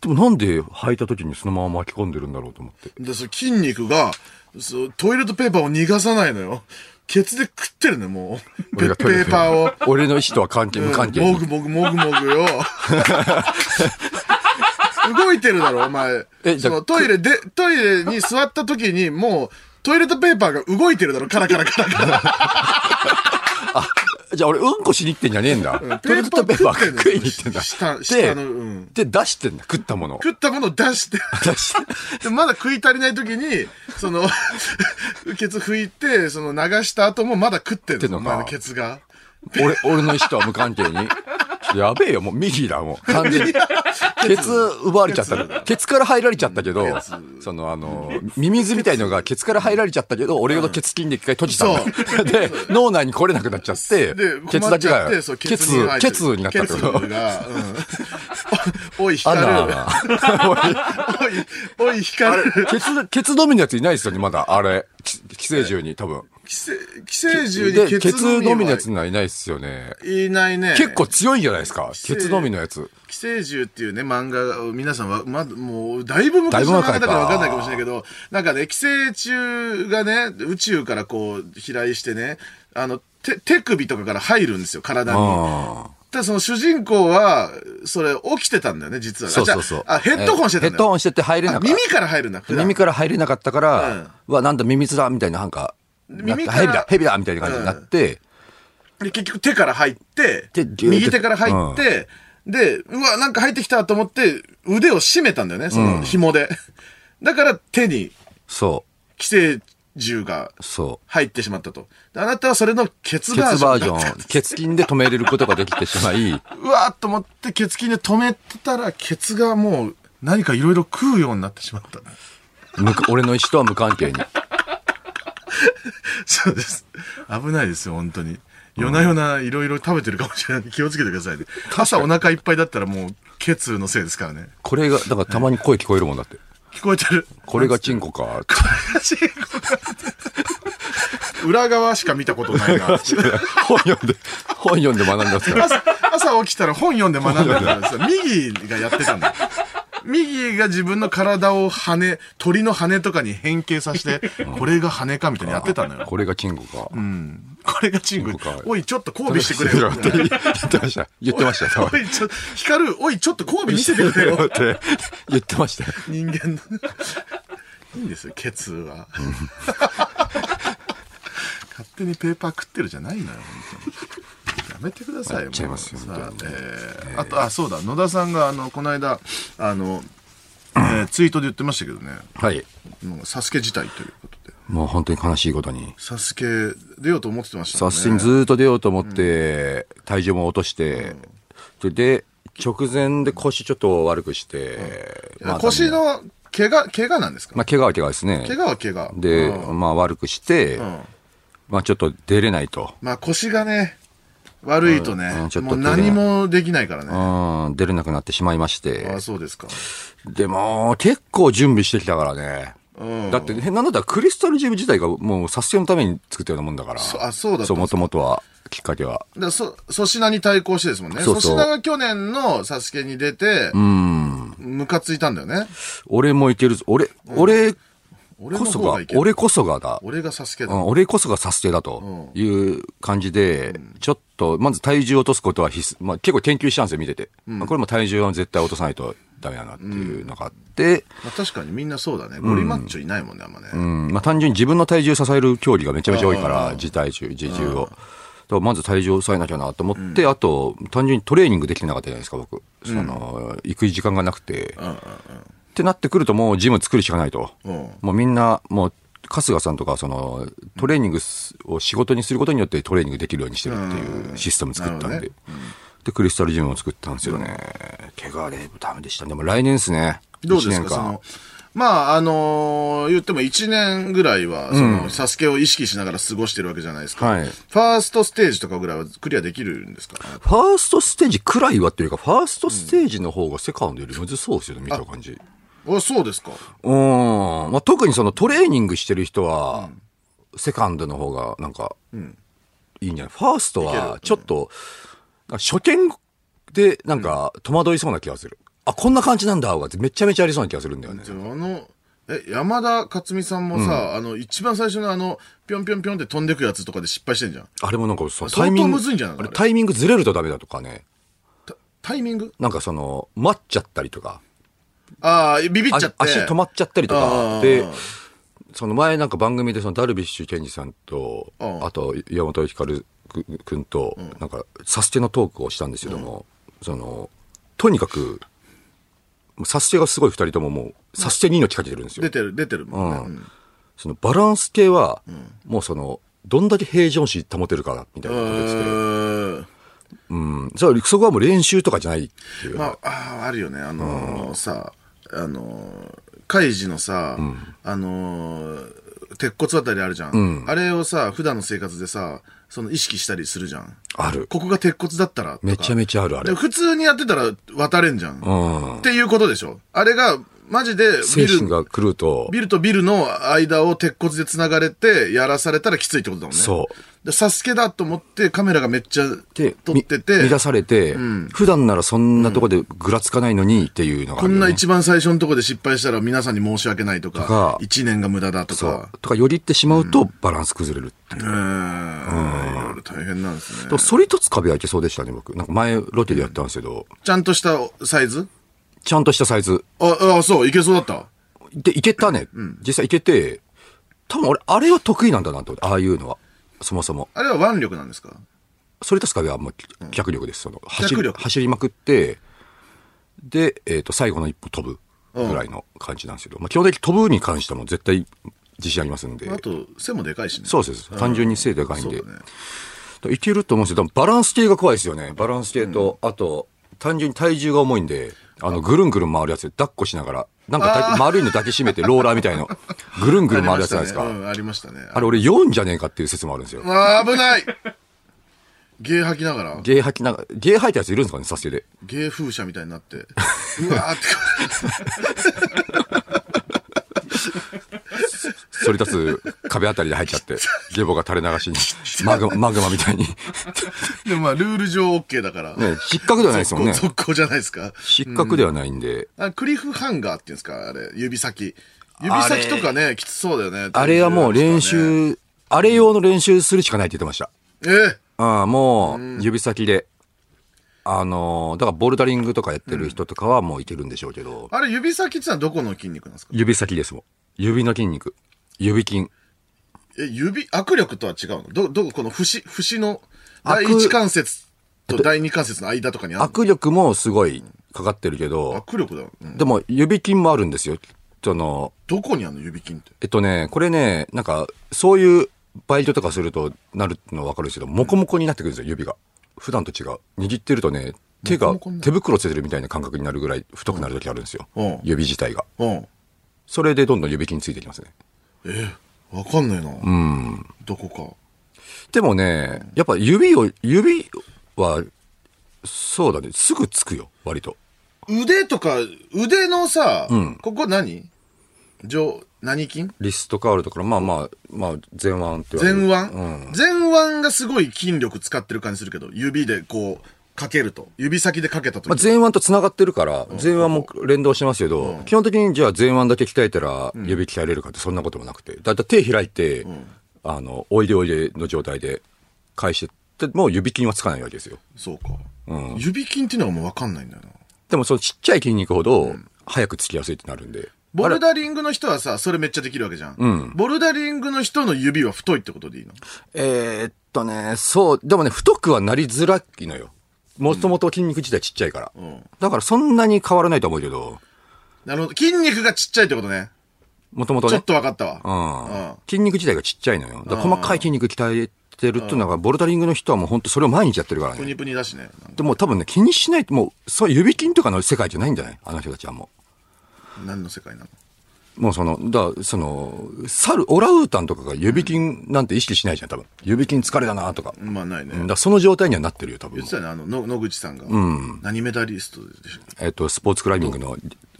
S3: でもなんで履いた時にそのまま巻き込んでるんだろうと思って。
S1: で、その筋肉が、そうトイレットペーパーを逃がさないのよ。ケツで食ってるね、もう。ペ
S3: 俺が
S1: ペーパーを。
S3: 俺の意思とは関係、無関係
S1: もぐもぐもぐもぐよ。動いてるだろ、お前。
S3: えじ
S1: そ
S3: ゃあ
S1: のトイレで、トイレに座った時に、もう、トイレットペーパーが動いてるだろ、カラカラカラカラ。
S3: じゃあ俺うんこしに行ってんじゃねえんだ。トイレットペーパー食いに行ってんだ。
S1: 下、
S3: で
S1: 下の、うん。
S3: で、出してんだ。食ったものを。
S1: 食ったものを出して。
S3: 出して。
S1: でまだ食い足りない時に、その、 (laughs) ケツ拭いて、その流した後もまだ食ってる
S3: 食ってん
S1: の、
S3: の
S1: お
S3: か
S1: 前のケツが。
S3: 俺、俺の意思とは無関係に。やべえよ、もうミギーだ、もう。完
S1: (laughs)
S3: 全に。ケツ奪われちゃった。ケツから入られちゃったけど、そのあの、ミミズみたいのがケツから入られちゃったけど、俺のケツ筋で一回閉じたんだ。で、脳内に来れなくなっちゃって
S1: で、、
S3: ケツ
S1: 困っ
S3: だ
S1: ち
S3: け
S1: ゃっ
S3: が
S1: て、そう、、
S3: ケツ
S1: に入、って
S3: ケ
S1: る
S3: ツになったってこ
S1: ケツ
S3: と。
S1: が、うん (laughs) おおい、
S3: あ
S1: 光る。
S3: らあ
S1: おい、おい、光る。
S3: ら。ケツ、ケツのみのやついないですよね、まだ。あれ。き寄生獣に、多分。
S1: 寄生寄生獣に
S3: で、
S1: ケ
S3: ケ
S1: ツ
S3: ツのみのや
S1: は
S3: つにはいないですよね。
S1: いないね。
S3: 結構強いんじゃないですか。ケツのみのやつ。
S1: 寄生獣っていうね、漫画を皆さんは、ま、もう、だいぶ昔の漫画だからわかんないかもしれないけど、なんかね、寄生虫がね、宇宙からこう、飛来してね、あの、手、手首とかから入るんですよ、体に。
S3: ああ。
S1: ただその主人公は、それ、起きてたんだよね、実は。あ
S3: そうそうそう
S1: じ。ゃあ、あヘッドホンしてた
S3: え
S1: ん
S3: ヘッ
S1: だ
S3: ドホ
S1: よ。
S3: ンしてて入れなか
S1: あ
S3: った。
S1: 耳から入るんだ、普段
S3: 耳から入れなかったから、
S1: う
S3: うんわ、なんだ、ミミズだみたいな、なんか、なん
S1: 耳
S3: か
S1: から
S3: ヘビだ、ヘビだみたいな感じになって、
S1: で、結局手から入って
S3: 手、ぎゅーって
S1: 右手から入って、で、うわ、なんか入ってきたと思って、腕を締めたんだよね、その紐で。だから手に
S3: そ
S1: 寄生獣が
S3: う、そう。
S1: 入ってしまったと。であなたはそれのケツ
S3: ケ
S1: バー
S3: ツ
S1: ジョ
S3: バ
S1: ン
S3: ージ
S1: だった
S3: ョン、ケツ筋で止めれることができてしまい、
S1: (laughs) うわーっと思って、ケツ筋で止めてたら、ケツがもう何かいろいろ食うようになってしまった。 (laughs)
S3: 無俺の意思とは無関係に。
S1: そうです。危ないですよ、本当に。夜な夜ないろいろ食べてるかもしれない。気をつけてくださいね。朝お腹いっぱいだったらもう、ケツのせいですからね。
S3: これが、だからたまに声聞こえるもんだって。
S1: 聞こえてる。
S3: こ
S1: (laughs)
S3: れがチンコか。
S1: チンコ (laughs) 裏側しか見たことないな。
S3: 本読んで、本読んで学んだんですから。
S1: 朝朝起きたら本読んで学んだからさ、右がやってたんだよ。右が自分の体を羽、鳥の羽とかに変形させて、これが羽かみたいにやってたのよ。
S3: これがチンコか。
S1: これがチンコ
S3: チンコか。
S1: おい、ちょっと交尾してくれ
S3: よ
S1: よ
S3: っ。て言ってました。言ってましたよ。
S1: おい、ちょっと、光る、おい、ちょっと交尾見せてくれよ。
S3: って言ってましたよ。
S1: 人間の。いいんですよ、ケツは。勝手にペーパー食ってるじゃないのよ、本当に。やめてくださいよ、
S3: やっちゃいますよ
S1: もう
S3: 本
S1: さあ、えーあと、あ、そうだ、野田さんが、あの、この間、あの、えーツイートで言ってましたけどね、
S3: はい。
S1: もうサスケ自体ということで。
S3: もう本当に悲しいことに。
S1: サスケ出ようと思ってましたもん
S3: サ
S1: ね。
S3: スにずーっと出ようと思って、体重も落として、で、で直前で腰ちょっと悪くして、まあ
S1: 腰、の怪我、怪我なんですか、
S3: まあ、怪我は怪我ですね。
S1: 怪我は怪我。
S3: で、
S1: うん
S3: まあ悪くして、
S1: ん
S3: まあちょっと出れないと。
S1: まあ腰がね、悪いとね、
S3: うんうんちょっ
S1: も
S3: と
S1: う何もできないからね。
S3: うん、出れなくなってしまいまして
S1: あ。そうですか。
S3: でも、結構準備してきたからね。
S1: あうん
S3: だって、へなんだったらクリスタルジム自体がもう撮影のために作ったようなもんだから。
S1: そあそうだったんですか
S3: そう、もともとは、きっかけは。
S1: だからそ、粗品に対抗してですもんね。
S3: そう
S1: 粗
S3: そう
S1: 品が去年のサスケに出て、ムカついたんだよね。
S3: 俺もいけるぞ。俺、俺
S1: 俺
S3: こ
S1: の
S3: そ
S1: 方
S3: が
S1: がい、ける。
S3: 俺こそがだ。
S1: 俺がサスケ
S3: う
S1: だ。
S3: ん、俺こそがサステだという感じで、ちょっと、まず体重を落とすことは必須、まあ結構研究したんですよ、見てて。まあこれも体重は絶対落とさないとダメだなっていうのがあって、
S1: まあ、確かにみんなそうだね。ゴリマッチョいないもんね、あんまね。
S3: うん、まあ単純に自分の体重を支える競技がめちゃめちゃ多いから、自体重、自重を。だからまず体重を抑えなきゃなと思って、あと、単純にトレーニングできてなかったじゃないですか、僕。その、行く時間がなくて。ってなってくるともうジム作るしかないと。
S1: うん
S3: もうみんな、もう、春日さんとか、その、トレーニングすを仕事にすることによってトレーニングできるようにしてるっていうシステム作ったん
S1: な
S3: で。
S1: る
S3: で、クリスタルジムを作ったんですよね。怪我でダメでしたね。でも来年ですね。
S1: どうです
S3: 一年間
S1: か、その、まあ、あのー言っても1年ぐらいは、その、サスケを意識しながら過ごしてるわけじゃないですか。
S3: はい
S1: ファーストステージとかぐらいはクリアできるんですか
S3: ファーストステージくらいはっていうか、ファーストステージの方がセカンドよりむずそうですよね、見た感じ。
S1: あ、そうですか。
S3: うん。まあ、特にそのトレーニングしてる人は、セカンドの方がなんか、いいんじゃないファースト
S1: いける
S3: は、ちょっと、なんか初見でなんか戸惑いそうな気がする。あ、こんな感じなんだ、がめちゃめちゃありそうな気がするんだよね
S1: じ。ゃあ、あの、え、山田勝美さんもさ、あの、一番最初のあの、ぴょんぴょんぴょんって飛んでくやつとかで失敗してんじゃん。
S3: あれもなんかその
S1: 相
S3: タ
S1: 当
S3: イミング、
S1: むずいんじゃないの
S3: あれ
S1: あれ
S3: タイミングずれるとダメだとかね。
S1: タタイミング
S3: なんかその、待っちゃったりとか。
S1: ああ、ビビっちゃって。
S3: あ足止まっちゃったりと
S1: あー
S3: か。で、その前なんか番組でそのダルビッシュ健二さんと、
S1: うん
S3: あと山本光くんと、なんかサステのトークをしたんですけども、その、とにかく、もうサステがすごい二人とももう、サステに命かけてるんですよ
S1: 出。てる、出てるもんね。うん
S3: そのバランス系は、もうその、どんだけ平常心保てるかな、みたいなことですけど、
S1: うーん
S3: うん。それはそこはもう練習とかじゃないっていう。
S1: まあ、あーあるよね。あのーさ、あのー、カイジのさ、あのー鉄骨あたりあるじゃん,、あれをさ、普段の生活でさ、その意識したりするじゃん。
S3: ある。
S1: ここが鉄骨だったらとか
S3: めちゃめちゃあるあれ
S1: で普通にやってたら渡れんじゃん。
S3: うん。
S1: っていうことでしょ。あれが、マジでビ
S3: 精神
S1: ル、
S3: が狂うと、
S1: ビルとビルの間を鉄骨で繋がれて、やらされたらきついってことだもんね。
S3: そう。
S1: で、サスケだと思ってカメラがめっちゃ
S3: で
S1: 撮って
S3: み
S1: て、
S3: 乱されて、普段ならそんなとこでぐらつかないのにっていうのがあ
S1: こ
S3: る
S1: ん
S3: よ
S1: な
S3: ね、
S1: 一番最初のとこで失敗したら皆さんに申し訳ないと
S3: とか
S1: か、一年が無駄だとか、
S3: とかよりってしまうとバランス崩れるっていう
S1: うーん、いろいろ大変なんです
S3: でも
S1: ね。
S3: それ一つ壁開けそうでしたね僕なんか前ロケでやったんですけど、
S1: ちゃんとしたサイズ
S3: ちゃんとしたサイズ
S1: あ、あ、そう、いけそうだった。
S3: でいけたね、実際いけて多分俺あれは得意なんだなと思ってああいうのはそもそも
S1: あれは腕力なんですか
S3: それとす壁はもう脚力ですその走
S1: 脚
S3: り
S1: 力
S3: 走りまくってで、えー、と最後の一歩飛ぶぐらいの感じなんですけど、まあ、基本的に飛ぶに関してはもう絶対自信ありますんで
S1: あと、背もでかいしね。
S3: そうです。単純に背でかいん
S1: そう
S3: で。
S1: だね。
S3: いけると思うんですよ。多分バランス系が怖いですよね。バランス系と、あと、単純に体重が重いんで、あの、ぐるんぐるん回るやつで抱っこしながら、なんか抱き丸いの抱きしめて、ローラーみたい
S1: (laughs)
S3: の、ぐるんぐるん回るやつじゃないですか。あ,、
S1: ありましたね。うんありました
S3: れ
S1: ね。
S3: 俺4じゃねえかっていう説もあるんですよ。
S1: あー危ない芸吐きながら、
S3: ゲー吐きながら、ゲー吐いたやついるんですかね、サスケで。
S1: 芸風車みたいに
S3: (laughs)
S1: なって、うわーって、
S3: そり立つ壁あたりで入っちゃ
S1: (laughs)
S3: って、ゲボが垂れ流しに、マグマ、マグマみたいに。ね、
S1: でもまあ、ルール上 OK だから、
S3: 失格ではないですもんね。
S1: 続行じゃないですか。
S3: 失格ではないんで。
S1: あクリフハンガーっていうんですかあれ、指先。指先とかね、きつそうだよね。
S3: あれはもう練
S1: ね。
S3: 習、あれ用の練習するしかないって言ってました。
S1: ええ
S3: ああ、もう、指先で。あのーだからボルダリングとかやってる人とかはもういけるんでしょうけど、
S1: あれ、指先ってのはどこの筋肉なんですか
S3: 指先ですもん。指の筋肉。指筋。
S1: え、指、握力とは違うのど、ど、この節、節の第
S3: 握
S1: 一関節と第二関節の間とかにある
S3: 握力もすごいかかってるけ
S1: の
S3: ど、
S1: 握力だよ、うん
S3: でも指筋もあるんですよ。その、
S1: どこにあるの指筋って。
S3: えっとね、これね、なんか、そういうバイトとかするとなるのわかるんですけど、モコモコになってくるんですよ、指が。普段と違う。握ってるとね、手が
S1: モコモコにな
S3: 手袋つけてるみたいな感覚になるぐらい太くなる時あるんですよ
S1: うん。
S3: 指自体が。
S1: うん。
S3: それでどんどん指筋ついてきますね。
S1: え、わかんないな。うん。どこか。
S3: でもね、やっぱ指を、指は、そうだね、すぐつくよ、割と。
S1: 腕とか、腕のさ、ここ何上、何筋
S3: リストカールだから、まあまあ、まあ、前腕って言われる。
S1: 前腕、
S3: うん。
S1: 前腕がすごい筋力使ってる感じするけど、指でこう、かけると。指先でかけたと
S3: まあ、前腕と繋がってるから、前腕も連動してますけど、基本的にじゃあ前腕だけ鍛えたら指鍛えれるかってそんなこともなくて。だいたい手開いて、あの、おいでおいでの状態で返してっても指筋はつかないわけですよ。
S1: そうか。指筋っていうのはもうわかんないんだよな。
S3: でもそのちっちゃい筋肉ほど、早くつきやすいってなるんで。
S1: ボル
S3: あれ
S1: ダリングの人はさ、それめっちゃできるわけじゃん。ボルダリングの人の指は太いってことでいいの
S3: えーっとね、そう、でもね、太くはなりづらいのよ。もともと筋肉自体ちっちゃいから。
S1: ん
S3: だからそんなに変わらないと思うけど、
S1: なるほど。筋肉がちっちゃいってことね。
S3: もともと
S1: ちょ
S3: ね
S1: っ。とわかった
S3: う
S1: わ。うん
S3: ん。筋肉自体がちっちゃいのよ。だから細かい筋肉鍛えてるっていうのが、ボルダリングの人はもう本当それを毎日やってるから
S1: プ
S3: ね。
S1: ニプニだしね。なんか
S3: でもう多分ね、気にしない、もう、そう指筋とかの世界じゃないんじゃないあの人たちはも
S1: 何の世界なの
S3: う。もうその、だ、その、猿、オラウータンとかが指筋なんて意識しないじゃん、多分。指筋疲れだなとか。
S1: まあないね
S3: うんだ。からその状態にはなってるよ、多分
S1: 言っ。てたよね、あの、の野口さんが。何メダリストでしょ
S3: えっと、スポーツクライミングの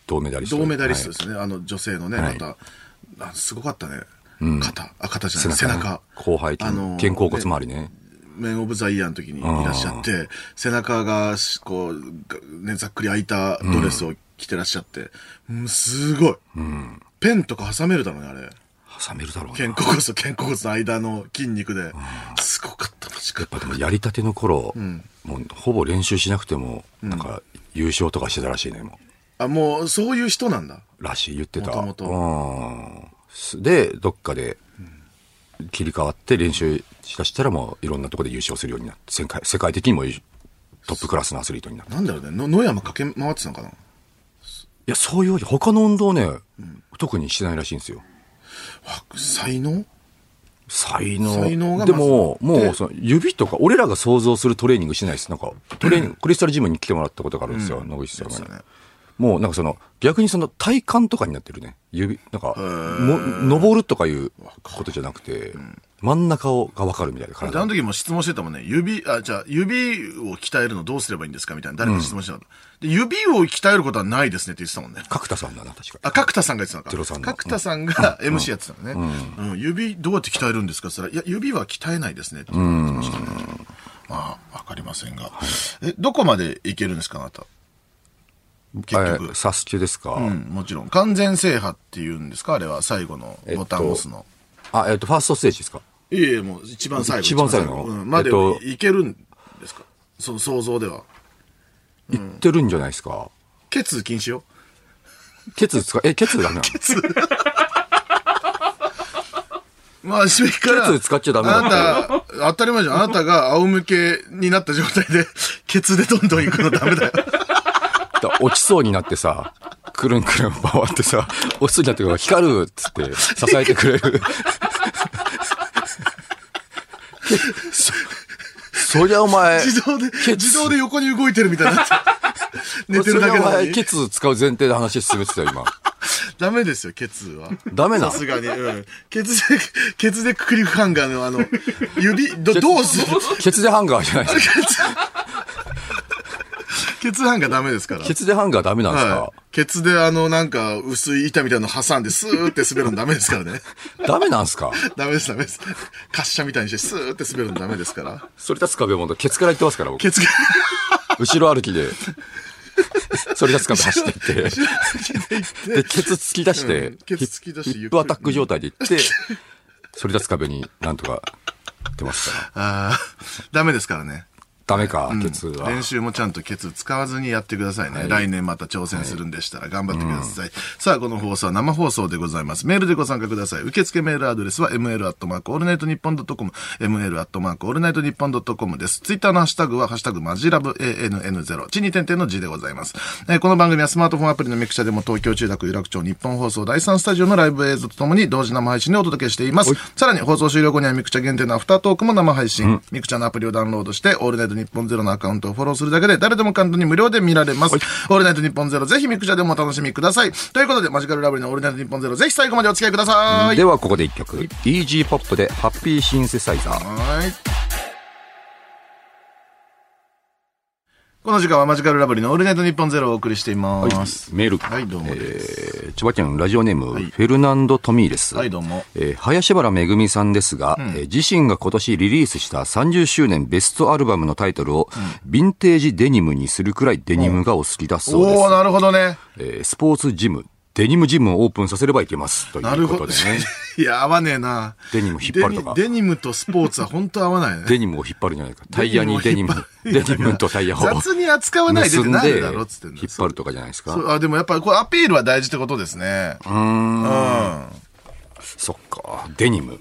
S3: 銅メダリスト。
S1: 銅メダリスト
S3: は
S1: ですね。あの、女性のね、
S3: はい
S1: 方。あすごかったね。肩。あ、肩じゃないい。背中。
S3: 後背筋、
S1: あの
S3: 肩甲骨周りね。
S1: メンオブザイヤーの時にいらっしゃって、背中がし、こう、がね、ざっくり開いたドレスを着てらっしゃって、うん、すごい、ペンとか挟めるだろうね、あれ。
S3: 挟めるだろうな。
S1: 肩甲骨と肩甲骨の間の筋肉で。すごかった、マジか
S3: やっ。ぱでもやりたての頃、もうほぼ練習しなくても、なんか優勝とかしてたらしいね、も
S1: あ、もう、そういう人なんだ。
S3: う。らしい、言ってた。
S1: もと
S3: うん。で、どっかで切り替わって練習しだしたらもういろんなところで優勝するようになって、世界世界的にもトップクラスのアスリートになった。い
S1: なんだろうね、の野山駆け回ってたのかな
S3: や、そういうより他の運動ね、特にしてないらしいんですよ。
S1: わ才能
S3: 才能。
S1: 才能が
S3: でも、
S1: まず
S3: もうその指とか、俺らが想像するトレーニングしてないです。なんか、トレーニング、クリスタルジムに来てもらったことがあるんですよ、野口さんが
S1: そうだ
S3: ね
S1: ね。
S3: もうなんかその、逆にその体幹とかになってるね。指、なんか、も、登るとかいうことじゃなくて、真ん中をがわかるみたいな
S1: あ
S3: 体。
S1: の時も質問してたもんね。指、あ、じゃあ、指を鍛えるのどうすればいいんですかみたいな、誰か質問してた、で、指を鍛えることはないですねって言ってたもんね。
S3: 角田さんだな、確か
S1: あ、角田さんが言ってたのか。
S3: ゼロさんの
S1: 角田さんが MC やってたのね。うん指どうやって鍛えるんですかって言ったら、いや、指は鍛えないですねって言ってましたね。まあ、わかりませんが。え、どこまでいけるんですか、あなた。
S3: え
S1: 結局
S3: ー。サスケですか。
S1: うん、もちろん。完全制覇っていうんですかあれは、最後のボタンを押すの。
S3: あ、えっ、と、ファーストステージですか。
S1: いえいえ、もう一番最後。
S3: 一番最後
S1: うんまで
S3: えっと
S1: いけるんですかその想像では。
S3: 言ってるんじゃないですか。
S1: ケツ禁止よ。
S3: ケツ使、え、ケツダメなの
S1: まあ、締めから。
S3: ケツ使っちゃダメだ
S1: あなた、当たり前じゃん。あなたが仰向けになった状態で、 (laughs) ケツでどんどん行くのダメだ
S3: (laughs)
S1: よ。
S3: だから落ちそうになってさ、くるんくるん回ってさ、落ちそうになってから光るっつって支えてくれる。そそりゃお前、
S1: 自動で、
S3: ケツ
S1: 自動で横に動いてるみたい
S3: (laughs)
S1: になって。寝てるだ
S3: そ
S1: け
S3: りゃお
S1: なの
S3: 前
S1: に
S3: ケ。ツ使う前提で話進めてたよ、今。
S1: ダメですよ、ケツは。
S3: ダメな
S1: さすがに。うん。ケツで、 (laughs) ケツでくくりハンガーのあの、指、ど、どうする
S3: ケツでハンガーじゃない
S1: (laughs)
S3: ですか。
S1: ケツハンガーダメですから。
S3: ケツでハンガーダメなんですか
S1: は、い。ケツであの、なんか、薄い板みたいなの挟んで、スーって滑るのダメですからね。
S3: ダメなんですか
S1: ダメです、ダメです。滑車みたいにして、スーって滑るのダメですから。
S3: それ立つ壁もケツから行ってますから、僕。
S1: ケツが、
S3: 後ろ歩き
S1: (laughs)
S3: で。それ立つ壁走っていって。で、ケツ突き出して、
S1: うんケツ突き出して
S3: ヒ
S1: ゆ
S3: ップ
S1: っくり
S3: アタック状態で行って、それ立つ壁になんとか出ますから。
S1: (laughs) ああ、ダメですからね。
S3: ダメか、ケツは。
S1: 練習もちゃんとケツ使わずにやってくださいね。来年また挑戦するんでしたら頑張ってください。さあ、この放送は生放送でございます。メールでご参加ください。受付メールアドレスは ml アットマークオールナイトニッポンドットコム、ml アットマークオールナイトニッポンドットコムです。ツイッターのハッシュタグはハッシュタグマジラブ ANN0、地に点々の字でございます。えーこの番組はスマートフォンアプリのミクシャでも東京中楽有楽町日本放送第3スタジオのライブ映像とともに同時生配信でお届けしています。さらに放送終了後にはミクチャ限定のアフタートークも生配信。ミクチャのアプリをダウンロードして、オールナイトニッポンゼロのアカウントをフォローするだけで誰でも簡単に無料で見られます。オールナイトニッポンゼロぜひミクチャでもお楽しみください。ということで、マジカルラブリーのオールナイトニッポンゼロぜひ最後までお付き合いください。
S3: ではここで一曲。イージーポップでハッピーシンセサイザー。
S1: はい。この時間はマジカルラブリーのオールナイトニッポンゼロをお送りしています。
S3: メール。
S1: はい、どうもです。
S3: えー千葉県ラジオネーム、フェルナンド・トミーです。
S1: はい、どうも。
S3: えー林原めぐみさんですが、えー自身が今年リリースした30周年ベストアルバムのタイトルを、ヴィンテージデニムにするくらいデニムがお好きだそうです
S1: おお。なるほどね。
S3: えースポーツジム、デニムジムをオープンさせればいけます。とい
S1: な
S3: う
S1: る
S3: こ
S1: ほ
S3: と
S1: ど
S3: で
S1: ね
S3: ね。。
S1: (laughs) いや、合わねえな。
S3: デニム引っ張るとか
S1: デニデニムとスポーツは本当合わな
S3: (laughs)
S1: いね。
S3: デニムを引っ張るんじゃ
S1: (laughs)
S3: ないか。タイヤにデニム、デニムとタイヤを
S1: 雑に扱わないで
S3: 結
S1: って
S3: ん
S1: な
S3: で、
S1: る
S3: 引
S1: だろ
S3: っ
S1: っつってんだよ
S3: 張るとかじゃないです
S1: そ
S3: か。
S1: うあでもやっぱりこうアピールは大事ってことですね。
S3: そっか、デニム。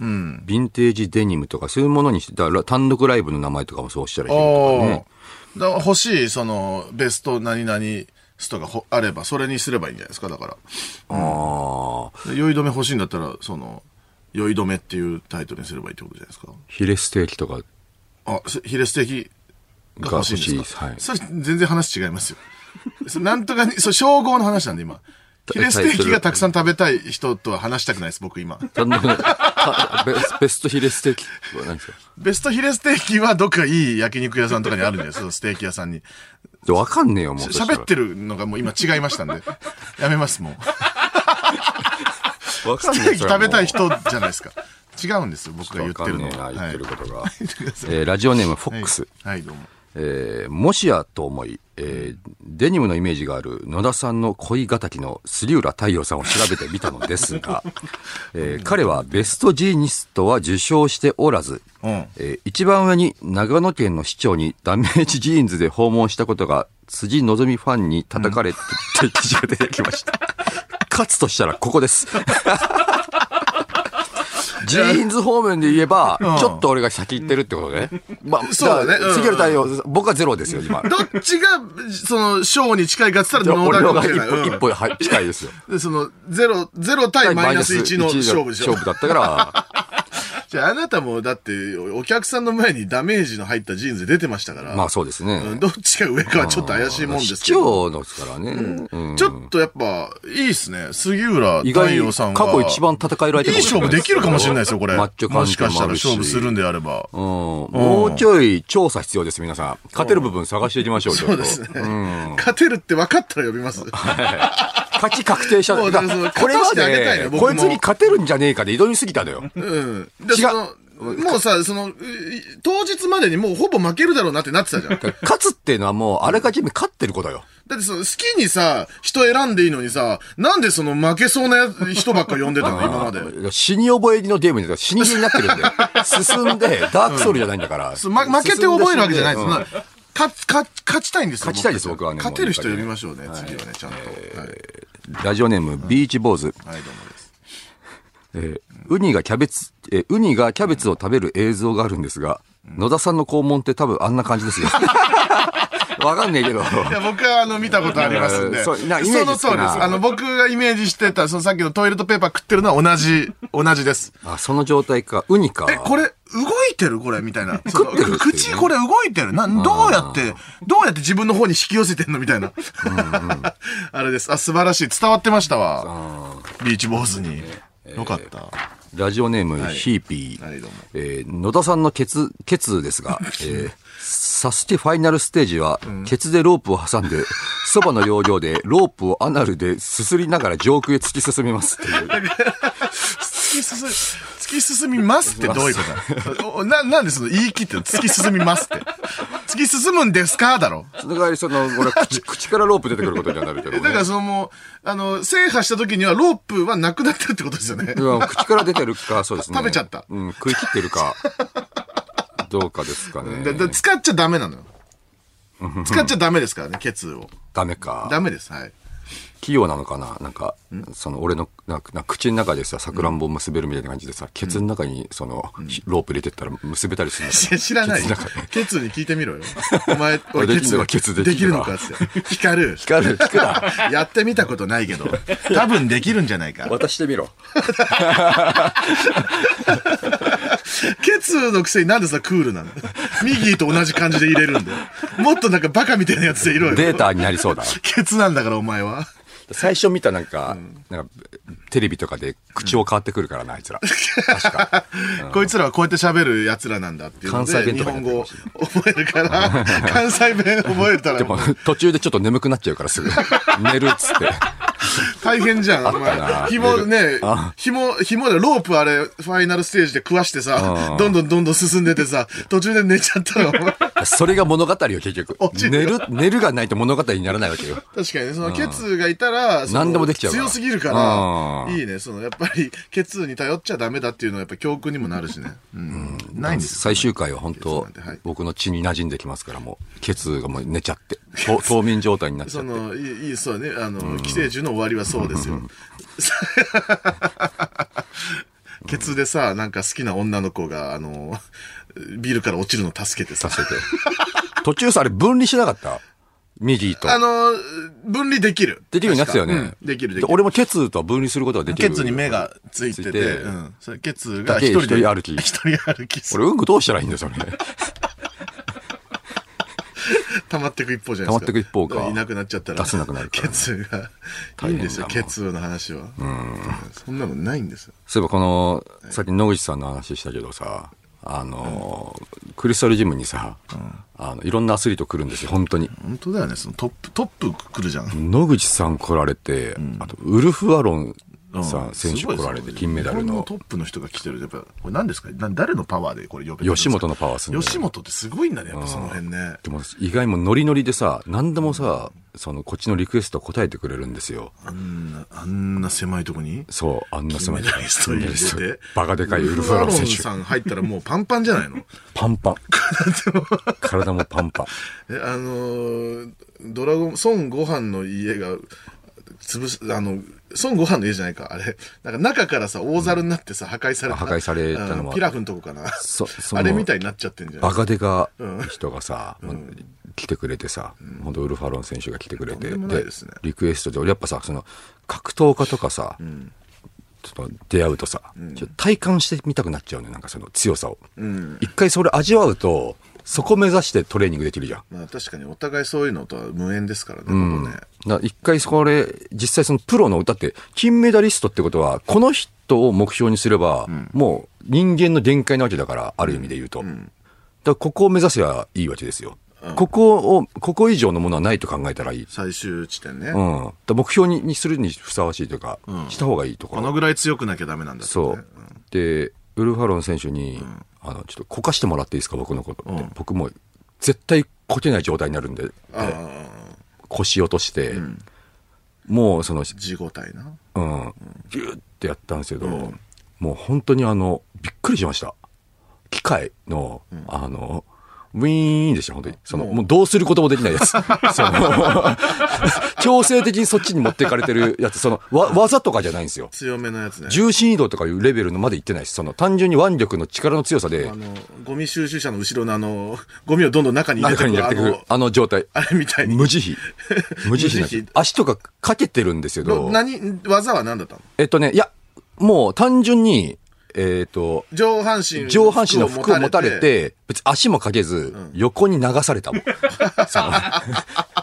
S3: うん。ヴィンテージデニムとか、そういうものにして、だから単独ライブの名前とかもそうおっしゃる
S1: お
S3: 人とか
S1: お
S3: ね。
S1: ー。だから欲しい、その、ベスト何々ストがほあれば、それにすればいいんじゃないですか、だから。
S3: ああ、
S1: で酔い止め欲しいんだったら、その、酔い止めっていうタイトルにすればいいってことじゃないですか。
S3: ヒレステーキとか、
S1: あ、すヒレステーキが欲しいんですか
S3: が欲し
S1: それ全然話違いますよ。それなんとかに、そう、称号の話なんで今。ヒレステーキがたくさん食べたい人とは話したくないです、僕今。
S3: 単独
S1: (laughs)
S3: のたベスベストヒレステーキは何ですか
S1: ベストヒレステーキはどっかいい焼肉屋さんとかにあるんじゃない
S3: (laughs)
S1: ですか、ステーキ屋さんに。
S3: でわかんねえよ、もう。
S1: 喋ってるのがもう今違いましたんで。やめます、もう。
S3: (laughs) そしたら、わかん
S1: ス
S3: ねえ
S1: テーキ
S3: それは
S1: 食
S3: もう
S1: べたい人じゃないですか。違うんですよ、僕が言
S3: わ
S1: っ
S3: か
S1: て
S3: ん
S1: る
S3: ね
S1: の
S3: えな、
S1: は。
S3: 言ってる
S1: は
S3: ことが。えーラジオネーム、フォッ
S1: い
S3: クス。
S1: はい、どうも。
S3: えーもしやと思い、えーデニムのイメージがある野田さんの恋敵の杉浦太陽さんを調べてみたのですが、えー彼はベストジーニストは受賞しておらず、
S1: うん
S3: えー一番上に長野県の市長にダメージジーンズで訪問したことが辻希美ファンに叩かれて、記事が出てきま
S1: (laughs)
S3: した。勝つとしたらここです。ジーンズ方面で言えば、ちょっと俺が先行ってるってことね。まあ、
S1: そうだねうん
S3: 杉浦太陽僕はゼロですよ、今。
S1: どっちが、その、賞に近いかって言ったら、ノー
S3: 俺
S1: ダ
S3: の
S1: か
S3: が
S1: もし
S3: 一
S1: れない。
S3: 歩、
S1: うん
S3: 一歩はい近いですよ。
S1: で、その、ゼロ、ゼロ対マイナス1の勝負でしょ
S3: 勝。負だったから、
S1: じゃあ、あなたも、だって、お客さんの前にダメージの入ったジーンズ出てました (laughs) から、
S3: まあそうですね。
S1: うんどっちが上かはちょっと怪しいもんですけ
S3: 市
S1: ど、
S3: 長のですからね。うん
S1: ちょっとやっぱ、いいっすね。杉浦
S3: 意
S1: 太
S3: 外
S1: 陽
S3: に
S1: さん
S3: 過
S1: は。
S3: 去一番戦えられ
S1: い
S3: た
S1: い勝負できるかもしれないですよ、これ。
S3: マッチョ
S1: も
S3: 感
S1: しか
S3: 覚
S1: し
S3: も
S1: た
S3: あ
S1: ら
S3: るし
S1: 勝負するんであれば。
S3: うん、もうちょい調査必要です、皆さん。勝てる部分探していきましょう、ちょっ
S1: そう
S3: と
S1: ですね。勝てるって分かったら呼びます。
S3: 勝ち確定した
S1: そう
S3: だ
S1: そうそう
S3: これま
S1: 勝たせてあげたいの
S3: で、
S1: 僕も
S3: こいつに勝てるんじゃねえかで挑みすぎたのよ。
S1: うん。で、その、もうさ、その、う当日までにもうほぼ負けるだろうなってなってたじゃん。だっ
S3: 勝つっていうのはもう、あらかじめ勝ってることよ。
S1: てその、好きにさ、人選んでいいのにさ、なんでその負けそうなやつ人ばっか呼ん
S3: (laughs)
S1: でたの、今まで。
S3: 死に覚えのゲームに死に気になってるんで。進んで、ダークソウルじゃないんだから。
S1: そうま、負けて覚えるわけじゃないです。
S3: 進ん
S1: な勝つ、勝つ、勝ちたいんですよ。
S3: 勝ちたいです僕はね
S1: 勝てる人
S3: もう
S1: 呼びましょうね、次はね、ちゃんと。はい、
S3: ラジオネーム、ビーチ坊主。
S1: はいどうもです。
S3: えーウニがキャベツ、えーウニがキャベツを食べる映像があるんですが、野田さんの肛門って多分あんな感じ
S1: (laughs)
S3: ですよ。わかんねえけど。
S1: いや、僕はあの、見たことありますんで。
S3: そ
S1: そうう
S3: なイメージ
S1: の
S3: つく
S1: 通りで
S3: な
S1: す。あの、僕がイメージしてた、そのさっきのトイレットペーパー食ってるのは同じ、同じです。
S3: あ、その状態か。ウニか。
S1: え、 (laughs) これ、動いてるこれ、みた
S3: (laughs)
S1: いな。その
S3: 食ってるっていうね
S1: 口、これ動いてるな、どうやって、どうやって自分の方に引き寄せてんのみたいな。 (laughs) あれです。あ、素晴らしい。伝わってましたわ。ビーチ坊主に。よかった。
S3: ラジオネーム、ヒーピー。
S1: はいどうも
S3: えー野田さんのケツ、ケツです
S1: (laughs)
S3: が、えーサスティファイナルステージは、ケツでロープを挟んで、そばの要領
S1: (laughs)
S3: でロープをアナルですすりながら上空へ突き進みますっていう。
S1: (laughs) 突き進み、突き進みますってどういうことだおな、なんでその言い切ってる突き進みますって。突き進むんですかだろ。
S3: その代わり、その、これ
S1: (laughs)
S3: 口、口からロープ出てくることにはなるけど、
S1: え
S3: ね。
S1: (laughs) だからそのもう、あの、制覇した時にはロープはなくなってるってことですよね。
S3: うん口から出てるか、そうですね。
S1: 食べちゃった
S3: うん、食い切ってるか、どうかですかね
S1: で。で使っちゃダメなのよ。使っちゃダメですからね、ケツを。
S3: ダメか。
S1: ダメです。はい。 (laughs)
S3: 器用なのかななんか、その俺の、なんかなんか口の中でさ、さくらんぼを結べるみたいな感じでさ、ケツの中にその、ロープ入れてったら結べたりするんだ
S1: いや知らないよ
S3: ケツの中で。
S1: ケツに聞いて
S3: (laughs)
S1: みろよ。お前、おい
S3: できんのかケツできんのか
S1: できるのかって。光る。
S3: 聞かる、聞くな。
S1: やってみたことないけど、多分できるんじゃないか。
S3: 渡してみろ。
S1: ケツのくせになんでさ、クールなのミギーと同じ感じで入れるんだよ。もっとなんかバカみたいなやつでいろよ。
S3: データになりそうだ。
S1: ケツなんだから、お前は。
S3: 最初見たなんか、なんか、テレビとかで口を変わってくるからな、あいつら。確か。
S1: こいつらはこうやって喋る奴らなんだっていうの
S3: 関西
S1: で、
S3: 弁と
S1: 日
S3: かやっ
S1: 本
S3: て
S1: 語を
S3: ま
S1: 覚えるから、関西弁覚えた
S3: で
S1: ら
S3: も、途中でちょっと眠くなっちゃうからすぐ。寝るっつって。
S1: 大変じゃん。お
S3: あった
S1: 前
S3: な
S1: 紐ね
S3: あ、
S1: 紐、紐でロープあれ、ファイナルステージで食わしてさ
S3: う、ん
S1: どんどんどんどん進んでてさ、途中で寝ちゃったら、お前確か
S3: それが物語よ、結局。
S1: 落ち
S3: 寝
S1: る
S3: る、寝るがないと物語にならないわけよ。
S1: にね、そのケツがいたら、その
S3: 何でもできちゃうから
S1: 強すぎるか
S3: う
S1: ら、
S3: ん
S1: いいね、その、やっぱり、ケツに頼っちゃダメだっていうのはやっぱ教訓にもなるしね。うん。ないんですよ
S3: 最終回は本
S1: そう
S3: 当
S1: なんではい、
S3: 僕の血に馴染んできますから、もう、ケツがもう寝ちゃって、と冬眠状態になっちゃ
S1: そ
S3: って。
S1: のいいいいそうねあの寄生獣の終わりはそうで
S3: (laughs)
S1: すよケツでさなんか好きな女の子があのビルから落ちるの助けてさ (laughs)
S3: させて。途中さ、あれ分離しなかったミギーと。
S1: あの分離できる
S3: できるようになってたよね。
S1: うんできるできる
S3: 俺もケツとは分離することができる。
S1: ケツに目がついてて
S3: ついて
S1: うん、それケツが
S3: だけ
S1: 一人で
S3: 一人歩き
S1: 一人歩きする
S3: 俺、うんこどうしたらいいんです
S1: (laughs)
S3: よね。
S1: 溜まってく一方じゃない
S3: 溜ま
S1: ですか
S3: ってく一方か
S1: いなくなっちゃったら
S3: 出せなくなるから
S1: ケツがいいんですよ
S3: 大変だ
S1: ケ
S3: もん
S1: ツの話はそんなのないんですよ
S3: そういえばこの、さっき野口さんの話したけどさ、あの、クリスタルジムにさ、あの、いろんなアスリート来るんですよ、本当に。
S1: 本当だよねそのトップトップ来るじゃん
S3: 野口さん来られて、あと、ウルフ・アロンさ
S1: うん
S3: ん、選手
S1: すごい
S3: 来
S1: です
S3: られて、金メダル
S1: 日本の
S3: の。
S1: トップの人が来てる。やっぱ、これ何ですかな誰のパワーでこれ呼べてるんです
S3: 吉
S1: か
S3: 本のパワーすんだよ
S1: 吉本ってすごいんだね、やっぱその辺ね。
S3: でも、意外にもノリノリでさ、何でもさ、その、こっちのリクエスト答えてくれるんですよ。
S1: あんな、あんな狭いとこに。
S3: そう、あんな狭い
S1: 金メダリスト
S3: 金メ
S1: 入
S3: ダ
S1: れ
S3: リスト
S1: て。
S3: バカでかいウルフ・アロン選手
S1: ウル。フアロンさん入ったらもうパンパンじゃないの (laughs)
S3: パンパン。体もパンパン。
S1: え、あのードラゴン、孫悟飯の家が、潰す、あの、孫悟飯の家じゃないか、あれ。なんか中からさ、大猿になってさ、破壊された。
S3: 破壊されたのは
S1: うんピラフのとこかな。
S3: そその
S1: あれみたいになっちゃってんじゃない
S3: バカでか人がさ、来てくれてさ、本当ウルフ・アロン選手が来てくれて、
S1: とんでもないですね
S3: リクエストで、俺やっぱさ、その、格闘家とかさ、ちょっと出会うとさ、ちょっと体感してみたくなっちゃうね、なんかその強さを。一回それ味わうと、そこ目指してトレーニングできるじゃん。
S1: まあ確かにお互いそういうのとは無縁ですからね、ここ
S3: だ
S1: ね。
S3: から一回それ、実際そのプロの、だって金メダリストってことは、この人を目標にすれば、もう人間の限界なわけだから、ある意味で言うと。だからここを目指せばいいわけですよ。ここを、ここ以上のものはないと考えたらいい。
S1: 最終地点ね。
S3: うん。だから目標ににするにふさわしいというか、した方がいいとこ
S1: こ
S3: ろ。
S1: のぐらい強くなきゃダメなんだってね
S3: そう。で、ウルフ・ハロン選手に、あの、ちょっとこかしてもらっていいですか、僕のことって。僕もう絶対こけない状態になるんで、
S1: ああ
S3: 腰落として、もうその、
S1: 自己体な。
S3: うん、ギューってやったんですけど、もう本当にあの、びっくりしました。機械の、あの、ウィーンでした、本当に。その、もうどうすることもでき (laughs) ないやつ。その、 (laughs) 強制的にそっちに持っていかれてるやつ、その、わ、技とかじゃないんですよ。
S1: 強めのやつね。
S3: 重心移動とかいうレベルのまで行ってないし、その、単純に腕力の力の強さで
S1: あ、の、ゴミ収集車の後ろのあの、 (laughs) ゴミをどんどん中に入れて
S3: 中
S1: く
S3: に
S1: る
S3: やっ
S1: あ
S3: てくる
S1: の、、
S3: あの状態。
S1: あれみたいに。
S3: 無 (laughs) 慈悲。無慈悲なんです
S1: 無慈
S3: 足とかかけてるんですけど
S1: の、何、技は何だったの
S3: えっとね、いや、もう単純に、えっ、と、
S1: 上半身。
S3: 上半身の服を持たれ。て、別に足もかけず、横に流されたもん。そ (laughs) の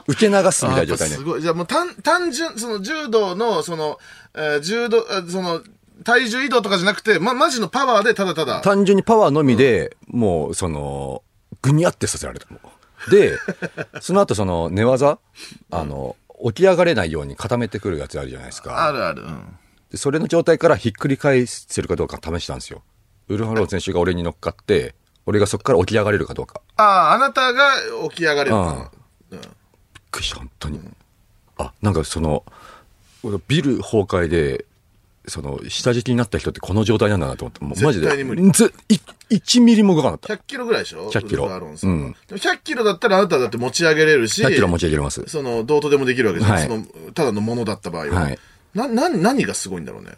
S3: 受け流すみたいな状
S1: やっぱ
S3: 態ね
S1: す。ごい。じゃあもう単、単純、その柔道の、その、えー柔道、あその、体重移動とかじゃなくて、ま、マジのパワーでただただ。
S3: 単純にパワーのみで、もう、その、ぐにゃってさせられたもん。で、その後その寝技、あの、起き上がれないように固めてくるやつあるじゃないです
S1: あ
S3: か。
S1: るある。うん。
S3: でそれの状態からひっくり返せるかどうか試したんですよ。ウルフハロン選手が俺に乗っかって、俺がそこから起き上がれるかどうか。
S1: ああ、あなたが起き上がれるか
S3: びっくりした本当に、あなんかそのビル崩壊でその下敷きになった人ってこの状態なんだなと思ってもうマジで
S1: 絶対に無理
S3: ぜい1ミリも動かなかっ
S1: 100キロぐらいでしょ
S3: 100キロ
S1: ウルフアロンさんは
S3: うん
S1: でも100キロだったらあなただって持ち上げれるし。
S3: た100キロ持ち上げれます
S1: その、どうとでもできるわけじゃん。
S3: はい
S1: その、ただのものだった場合は。
S3: はい
S1: な、な、何がすごいんだろうね。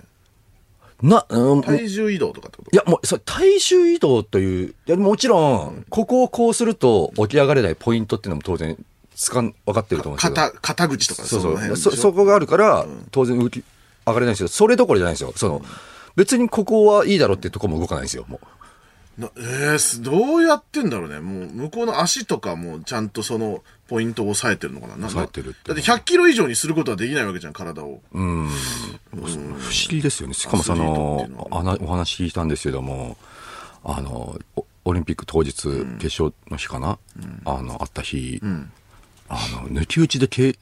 S3: な、うん、い
S1: 体重移動とかってこと
S3: やもうそれ体重移動といういやもちろんここをこうすると起き上がれないポイントっていうのも当然つかん分かってると思うんですけど
S1: 肩、肩口とか
S3: そう
S1: の
S3: そう
S1: 辺
S3: そ
S1: でしょ
S3: そこがあるから当然浮き上がれないんですけどそれどころじゃないんですよその別にここはいいだろうっていうところも動かないんですよもう
S1: なえーすどうやってんだろうね。もう、向こうの足とかも、ちゃんとその、ポイントを抑えてるのかな。なんか
S3: 抑えてるって
S1: だって100キロ以上にすることはできないわけじゃん、体を。
S3: 不思議ですよね。しかもそ
S1: アスリートっていうの
S3: の、あなお話聞いたんですけども、あの、おオリンピック当日、決勝の日かな、あの、あった日、あの、抜き打ちで軽、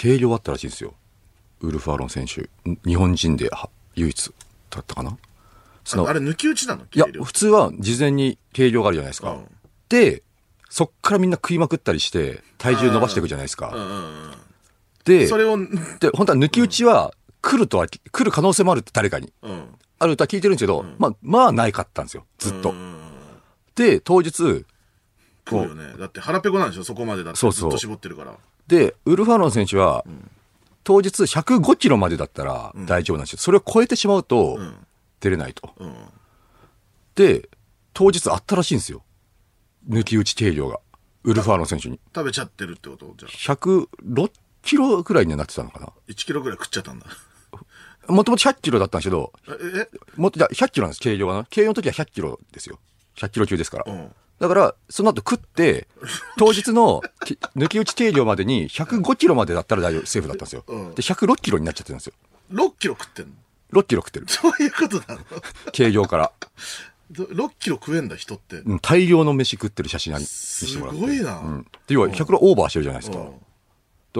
S3: 軽量あったらしいんですよ。ウルフ・アロン選手。ん日本人では唯一だったかなそ
S1: あ
S3: の
S1: あ、れ、抜き打ちなの
S3: いや
S1: 軽、量
S3: 普通は事前に計量があるじゃないですか。
S1: うん
S3: で、そっからみんな食いまくったりして、体重伸ばしていくじゃないですか。
S1: うんうんう
S3: で
S1: ん。それを、うん。
S3: で、本当は抜き打ちは来るとは、来る可能性もあるって誰かに。
S1: うん
S3: あるとは聞いてるんですけど、まあ、まあないかったんですよ。ずっと。で、当日、
S1: 食うよね。だって腹ペコなんでしょ、そこまでだって。
S3: そうそう
S1: ずっと絞ってるから。
S3: で、ウルファロン選手は、当日105キロまでだったら大丈夫なんですよ。それを超えてしまうと、出れないと。
S1: うん。
S3: で、当日あったらしいんですよ。抜き打ち計量が。ウルファロン選手に。
S1: 食べちゃってるってことじゃあ。
S3: 106キロぐらいにはなってたのかな。
S1: 1キロぐらい食っちゃったんだ。
S3: もともと100キロだったんですけど、
S1: え、
S3: もっと、じゃあ100キロなんです、軽量はな。軽量の時は100キロですよ。100キロ級ですから。
S1: えうん。
S3: だから、その後食って、当日のき抜き打ち計量までに105キロまでだったら大丈夫、セーフだったんですよ。
S1: うん
S3: で、106キロになっちゃってるんですよ。
S1: 6キロ食ってんの (laughs)
S3: 6キロ食ってる。
S1: そういうことなの (laughs)
S3: 軽量から。
S1: ど ?6 キロ食えんだ、人って。
S3: うん大量の飯食ってる写真に見せ
S1: す
S3: てもらって。
S1: ごいな。
S3: うん。で、要は100キロオーバーしてるじゃないですか。
S1: う
S3: だ
S1: ん
S3: か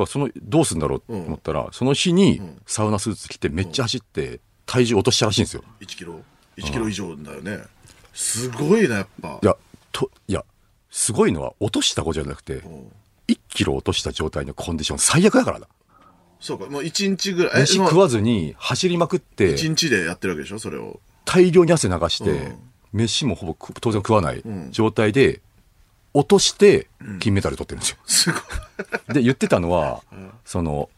S3: ら、その、どうすんだろうと思ったら、その日にサウナスーツ着てめっちゃ走って、体重落としたらしいんですよ。
S1: 1キロ1キロ以上だよね、すごいなやっぱ
S3: いや、と、いや、すごいのは落としたことじゃなくて、
S1: ん
S3: 1キロ落とした状態のコンディション最悪だからだ。
S1: そうかもう1日ぐらい
S3: 飯食
S1: わ
S3: わずに走りまくって、
S1: 1日でやってるわけでしょそれを
S3: 大量に汗流して、
S1: うん
S3: 飯もほぼく当然食わない状態で、落として金メダル取ってる
S1: (laughs)
S3: んですよ。
S1: すご
S3: (laughs)
S1: い
S3: で、言ってたのは、その、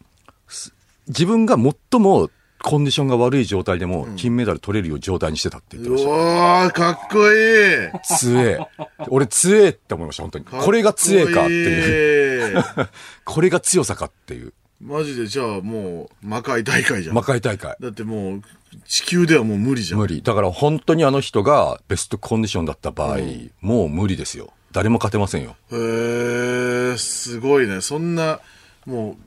S3: す自分が最もコンディションが悪い状態でも金メダル取れるよう状態にしてたって言ってました。
S1: うわーかっこいいかっ
S3: 強え。俺強えって思いました、本当に。
S1: こいい
S3: (laughs) これが強えかっていう。 (laughs)
S1: いう
S3: これが強さかっていう。
S1: マジでじゃあもう魔界大会じゃん
S3: 魔界大会。
S1: だってもう地球ではもう無理じゃん
S3: 無理。だから本当にあの人がベストコンディションだった場合、もう無理ですよ。誰も勝てませんよ。
S1: へーすごいねそんなもう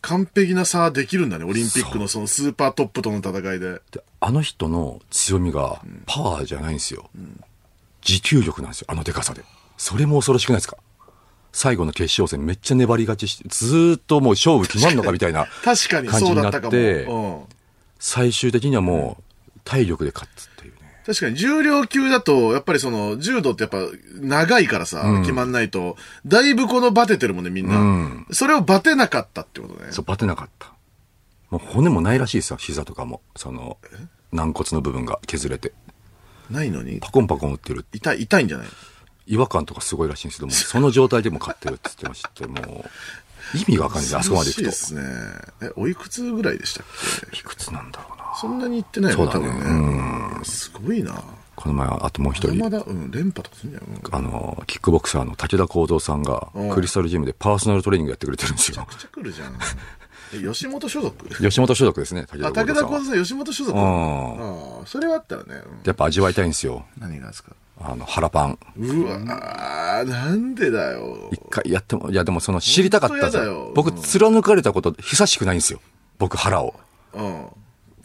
S1: 完璧な差できるんだねオリンピックのそのスーパートップとの戦いで
S3: であの人の強みがパワーじゃないんですよ。持久力なんですよ。あのデカさで。それも恐ろしくないですか最後の決勝戦めっちゃ粘り勝ちして、ずーっともう勝負決まんのかみ (laughs) たいな
S1: 確かに
S3: 感じ
S1: そう
S3: に
S1: だ
S3: な
S1: ったか
S3: っ
S1: も
S3: て、
S1: うん
S3: 最終的にはもう体力で勝つっていうね。
S1: 確かに重量級だと、やっぱりその、柔道ってやっぱ長いからさ、決まんないと、だいぶこのバテてるもんね、みんな。
S3: ん
S1: それをバテなかったってことね。
S3: そう、バテなかった。もう骨もないらしいですよ。膝とかも。その、軟骨の部分が削れて。
S1: ないのに
S3: パ、コンパコン打ってる。
S1: 痛い、痛いんじゃない
S3: 違和感とかすごいらしいんです (laughs) けども、その状態でも勝ってるって言ってまして、 (laughs) もう、意味がわかんないですあそこまで行
S1: 恐ろしいで
S3: くと。
S1: すね。え、おいくつぐらいでしたっけ
S3: いくつなんだろうな。
S1: そんなに行ってないよ
S3: そう
S1: ね、
S3: だ
S1: 多
S3: ね
S1: 分ね。すごいな。
S3: この前、あともう一
S1: まだ
S3: 人、
S1: まだ、うん、連覇とかすんじゃん。うんめち
S3: あの、キックボクサーの武田幸三さんが
S1: うん、
S3: クリスタルジムでパーソナルトレーニングやってくれてるんです
S1: ゃ (laughs)
S3: よ。
S1: くちゃ来るじゃん。え、吉本
S3: (laughs)
S1: 所属
S3: 吉本所属ですね、武
S1: あ、
S3: 田
S1: 武
S3: 幸
S1: 田
S3: 三さんは。で
S1: 幸三さん、吉本所属
S3: う
S1: ああ、それはあったらね。うん
S3: やっぱ味わいたいんですよ。
S1: 何がですか
S3: あの、腹パン。
S1: うわー、なんでだよ。
S3: 一回やっても、いやでもその知りたかったんです
S1: 本当やだよ
S3: よ。僕、貫かれたこと、久しくないんですよ。僕、腹を。
S1: うん。
S3: も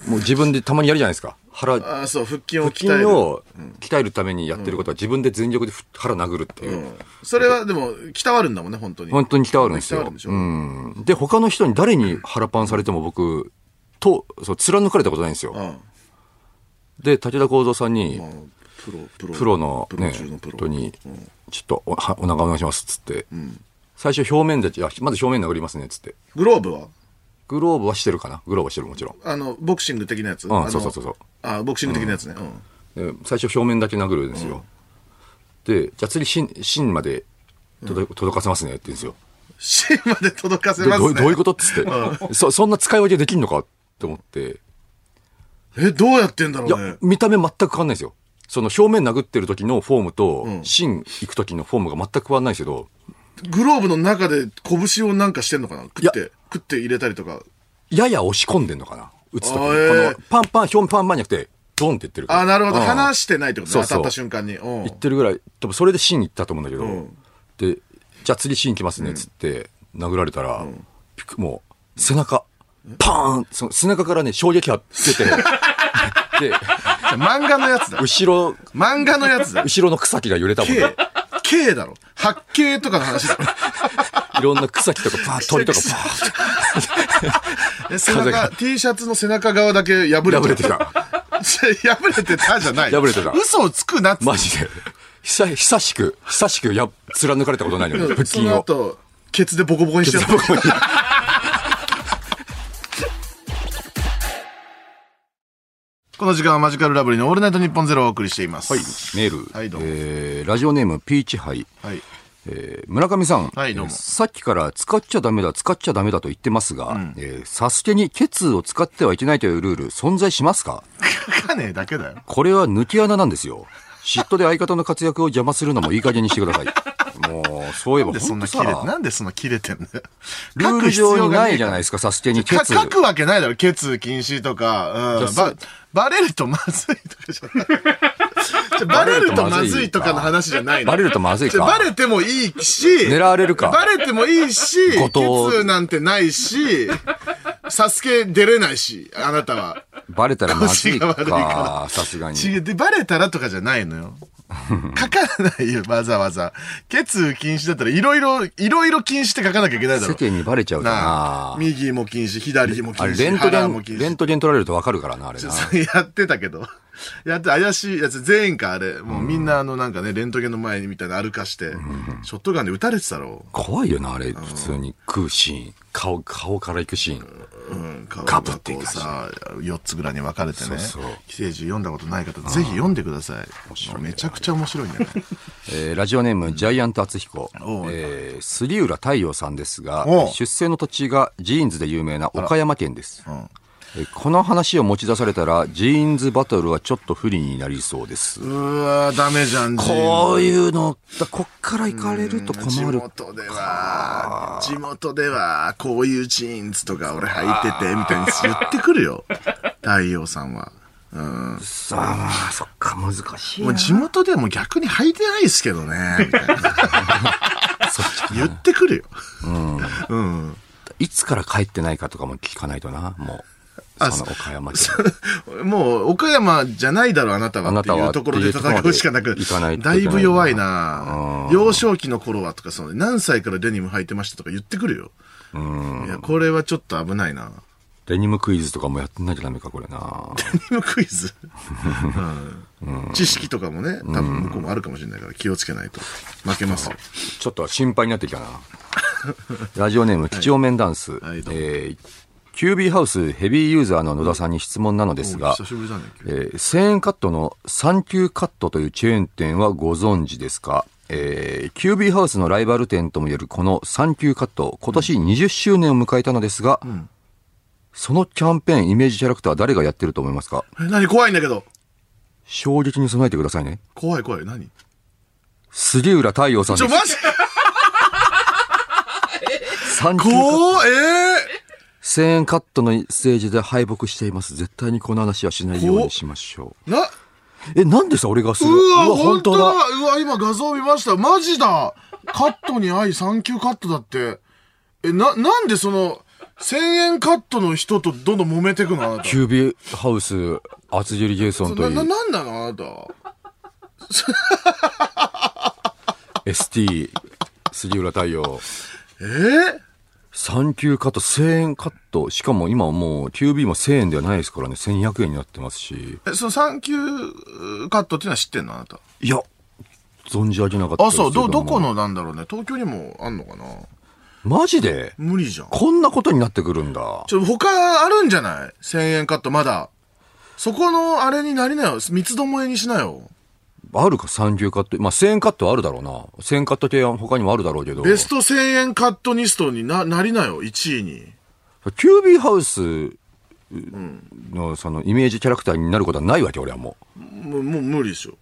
S3: う自分でたまにやるじゃないですか。腹、
S1: ああ、そう、腹筋を
S3: 腹
S1: 鍛
S3: 筋
S1: える。
S3: を鍛えるためにやってることは自分で全力で腹殴るっていうう。
S1: ん。それはでも、鍛わるんだもんね、本当に。
S3: 本当に鍛わるんです
S1: 鍛わる
S3: よ
S1: んでし。ょ
S3: うん。で、他の人に誰に腹パンされても僕、と、そう、貫かれたことないんです
S1: う
S3: よ。
S1: ん。
S3: で、武田幸三さんに
S1: ま、あ、プロ、プロ。
S3: プロの
S1: プロ
S3: ね、
S1: 中のプロ。
S3: 人に
S1: うん、
S3: ちょっとおはお腹お願いします、つって。最初表面で、いや、まず表面殴りますね、つって。
S1: グローブは
S3: グローブはしてるかなグローブはしてる、もちろん。
S1: あの、ボクシング的なやつ
S3: ん
S1: あの
S3: そうそうそうそう
S1: あ、ボクシング的なやつね。うん。
S3: で最初表面だけ殴るんですよ。で、じゃあ次、芯、芯まで届届かせますね、って言うんですよ。
S1: 芯まで届かせ
S3: で
S1: ます
S3: ど
S1: ね。
S3: うどういうことっつって。そ、そんな使い分けできんのかって思って。
S1: え、どうやってんだろ
S3: いうや
S1: ね、。
S3: 見た目全く変わんないですよ。その表面殴ってる時のフォームと
S1: ん、
S3: 芯行く時のフォームが全く変わんないですけど、
S1: グローブの中で拳をなんかしてんのかな食っ
S3: いや
S1: て、食って入れたりとか。
S3: やや押し込んでんのかな打つ時に。
S1: あ
S3: こ
S1: ーえー
S3: の、パンパン、表面パンパンじゃなくて、ドンって言ってるから
S1: あ、なるほど。
S3: うん
S1: 話してないってこと
S3: そ
S1: ね。
S3: う
S1: 当
S3: そう
S1: たった瞬間に。うん
S3: 行ってるぐらい多分それでシーン行ったと思うんだけど、
S1: ん
S3: でじゃあ次シーン来ますねっつって殴られたら、ピクもう背中パーンその背中からね衝撃波出
S1: (laughs)
S3: てで
S1: じゃあ漫画のやつだ。
S3: 後ろ
S1: 漫画のやつだ。
S3: 後ろの草木が揺れたもん
S1: K
S3: ね。
S1: K だろ。八景とかの話だろ。
S3: いろんな草木とかパーン鳥とかパーン
S1: え
S3: (laughs)
S1: 背
S3: 風が
S1: 中、T シャツの背中側だけ破れ
S3: 破れて
S1: た。
S3: た。
S1: (laughs) 破れてたじゃない。
S3: 破れてた
S1: 嘘をつくなっつって
S3: マジで。久久しく、久しくや貫かれたことないのに、腹
S1: そ
S3: 筋
S1: の
S3: を。
S1: 後、ケツでボコボコにしてやった。 (laughs) この時間はマジカルラブリーのオールナイトニッポンゼロをお送りしています。
S3: はい、メール。
S1: はいどうも
S3: えーラジオネームピーチハイ。
S1: はい。
S3: えー村上さん、
S1: はいどうも
S3: えーさっきから使っちゃダメだ、使っちゃダメだと言ってますが、えーサスケにケツを使ってはいけないというルール存在しますか
S1: 書かねえだけだよ。
S3: これは抜き穴なんですよ。嫉妬で相方の活躍を邪魔するのもいい加減にしてください。
S1: (laughs)
S3: もう、そういえ
S1: なん
S3: ば
S1: でそ
S3: 本
S1: んな
S3: 当
S1: 切れ、
S3: さ、
S1: なんでそんな切れてんだよ。
S3: (laughs) ルール上にないじゃない
S1: い
S3: ですか、サスケにケ
S1: か
S3: ツ。
S1: 書くわけないだろ、ケツ禁止とか。うん。
S3: じゃあ
S1: ば、バレるとまずいとかじゃない。 (laughs) じゃあバレるとまずいとかの話じゃないの。
S3: バレるとまずい
S1: じゃあ
S3: か
S1: バ。レてもいいし、
S3: 狙われるか
S1: バレてもいいし、ケ
S3: 後藤
S1: ツなんてないし、サスケ出れないし、あなたは。
S3: バレたらまず (laughs) い
S1: 腰が悪い
S3: か
S1: か、
S3: さすがに。
S1: 違う、で、バレたらとかじゃない
S3: (laughs)
S1: のよ。書かないよ、わざわざ。ケツ禁止だったら、いろいろ、いろいろ禁止って書かなきゃいけないだ
S3: 世
S1: ろ。
S3: 間にバレちゃう
S1: なあ
S3: かな。
S1: 右も禁止、左も禁
S3: あれ、
S1: 止、
S3: レントゲ
S1: 腹も禁
S3: ン、レ
S1: 止
S3: ン。トゲン取られるとわかるからな、あれな。
S1: (laughs) それやってたけど。 (laughs) やって、怪しいやつ、全員か、あれ。もうみんな、あの、なんかね、レントゲンの前にみたいな歩かして、ショットガンで撃たれてたろ。
S3: 怖いよな、あれ、普通に食うシーン。顔、顔から行くシーン。
S1: うん、顔
S3: ガ
S1: が
S3: ブってい
S1: こ
S3: く
S1: う
S3: やつ
S1: さ、4つぐらいに分かれてね。
S3: そうそう
S1: 寄生獣読んだことない方、ぜひ読んでください。もうめちゃくちゃ面白いんだよね。
S3: えーラジオネーム、ジャイアント厚彦。
S1: おう
S3: えー、杉浦太陽さんですが
S1: おう、
S3: 出生の土地がジーンズで有名な岡山県です。
S1: うん
S3: えーこの話を持ち出されたら、ジーンズバトルはちょっと不利になりそうです。
S1: うわーダメじゃん、ジーンズ
S3: こういうの、だこっから行かれると
S1: 地
S3: 困る。
S1: 元では、地元では、こういうジーンズとか俺履いてて、みたいに言ってくる
S3: (laughs)
S1: よ。太陽さんは。うん。
S3: さあ、そっか、難しい
S1: もう
S3: な。
S1: 地元でも逆に履いてないですけどね、みたいな。言ってくるよ。うん。
S3: いつから帰ってないかとかも聞かないとな、もう。
S1: あ
S3: その岡山県。
S1: もう、岡山じゃないだろ、あなたは。
S3: あなたは
S1: っていうところで戦うしかなく
S3: っていうところまで行かないといけ
S1: だ
S3: ないいな
S1: ぶ弱いな幼少期の頃はとか、その、何歳からデニム履いてましたとか言ってくるよ。いや、これはちょっと危ないな
S3: デニムクイズとかもやってなきゃダメか、これな。
S1: デニムクイズ、うん知識とかもね、多分向こうもあるかもしれないから気をつけないと。負けますよ。
S3: ちょっと心配になってきたな。ラジオネーム、貴重面ダンス。
S1: はいどうも
S3: えー、キュービーハウスヘビーユーザーの野田さんに質問なのですが
S1: 久、しぶりだね。
S3: えー1000円カットのサンキューカットというチェーン店はご存知ですかえー、キュービーハウスのライバル店ともいえるこのサンキューカット、今年20周年を迎えたのですが、そのキャンペーン、イメージキャラクターは誰がやってると思いますか
S1: え何怖いんだけど。
S3: 衝撃に備えてくださいね。
S1: 怖い怖い。何
S3: 杉浦太陽さん
S1: ち
S3: で
S1: ょ、
S3: す。
S1: マジ
S3: サンキューカット
S1: 怖え
S3: 1000円カットのステージで敗北しています。絶対にこの話はしないようにしましょ
S1: えな、
S3: う。え、なんでさ、俺がする
S1: うわ、本当だ。うわ、今画像見ました。マジだ。カットに愛、サンキューカットだって。え、な、なんでその、1000円カットの人とどんどん揉めてくのあなた
S3: キ。ュービーハウス、厚切りジェイソンと
S1: な、
S3: い
S1: な、
S3: う
S1: なんなのあなた。
S3: ST、杉浦太陽。
S1: え
S3: サンキューカット、1000円カット。しかも今もう、キュービーも1000円ではないですからね、1200円になってますし。
S1: え、そのサンキューカットっていうのは知ってんのあなた。
S3: いや、存じ上げなかった
S1: あ、
S3: ですけ
S1: そう、ど、どこ
S3: の
S1: のなんだろうね。東京にもあんのかな
S3: マジで
S1: 無理じゃん。
S3: こんなことになってくるんだ。
S1: ちょ、他あるんじゃない ?1000 円カット、まだ。そこの、あれになりなよ。三つどもえにしなよ。
S3: あるか、三級カット。まあ、1000円カットはあるだろうな。1000円カット系は他にもあるだろうけど。
S1: ベスト1000円カットニストにな、なりなよ。1位に。
S3: キュービーハウスのそのイメージキャラクターになることはないわけ、俺はも
S1: もう、もう無理でしょ。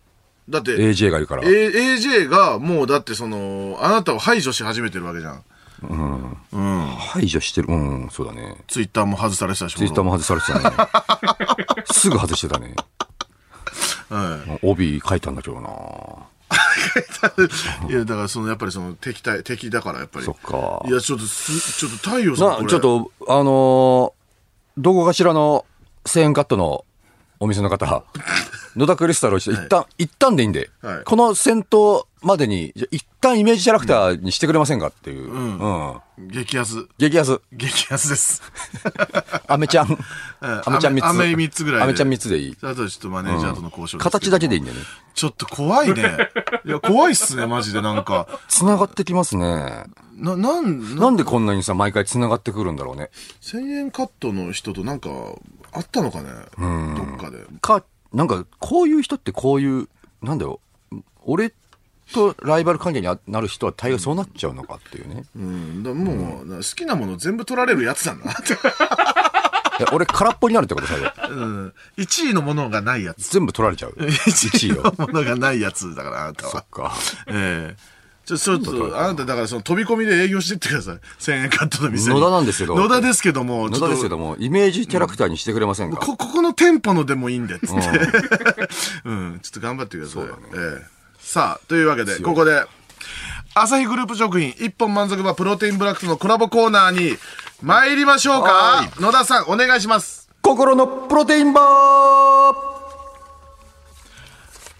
S1: だっ
S3: う。
S1: て、
S3: AJ がいるから。
S1: A、AJ が、もうだってその、あなたを排除し始めてるわけじゃん。
S3: 排除してる。うん、そうだね。
S1: ツイッターも外されてたし。
S3: ツイッター
S1: も。 (laughs)
S3: も外されてたね。すぐ外してたね。
S1: はい
S3: 帯書いたんだけどな。
S1: いや、だから、その、やっぱりその、敵対、敵だから、やっぱり。
S3: そっか
S1: いや、ちょっとす、ちょっと、太陽さん、こ
S3: な、
S1: れ
S3: ちょっ。と、あのーどこかしらの1000円カットのお店の方、野田クリスタルを一旦、一旦でいいんで、
S1: はい
S3: この戦闘までに、じゃあ一旦イメージキャラクターにしてくれませんかっていう。うん。
S1: 激安。
S3: 激安。
S1: 激安です。
S3: アメちゃん。アメちゃん3つ。
S1: アメアメ三つぐらいで
S3: アメちゃん3つでいい。
S1: あとはちょっとマネージャーとの交渉ですけど
S3: 形だけでいいんだよね。
S1: ちょっと怖いね。いや、怖いっすね、マジで、なんか。
S3: 繋がってきますね。
S1: な、なん、な
S3: なんでこんなにさ、毎回繋がってくるんだろうね。
S1: 1000円カットの人となんか、あったのかねどっかで。
S3: か、なんか、こういう人ってこういう、なんだろう、俺とライバル関係にあなる人は大概そうなっちゃうのかっていうね。
S1: うん。だもう、な好きなもの全部取られるやつだな。
S3: え俺、空っぽになるってこと、最後。
S1: うん。1位のものが (laughs) ないやつ。
S3: 全部取られちゃう。1位を。
S1: ものがないやつだから、あなた
S3: そ
S1: は
S3: っ。か。
S1: ええちょ、ちょっと、あなた、だから、その、飛び込みで営業してってください。1000円カットの店に
S3: 野田なんですけど
S1: 野田ですけども、
S3: 野田ですけど
S1: ど。
S3: も、イメージキャラクターにしてくれませんか、
S1: こ、ここの店舗のでもいいんで、つって。 (laughs) うん、ちょっと頑張ってください。ええさあ、というわけで、ここで、朝日グループ食品、一本満足場プロテインブラックとのコラボコーナーに、参りましょうか
S3: は。
S1: 野田さん、お願いします。
S3: 心のプロテインバー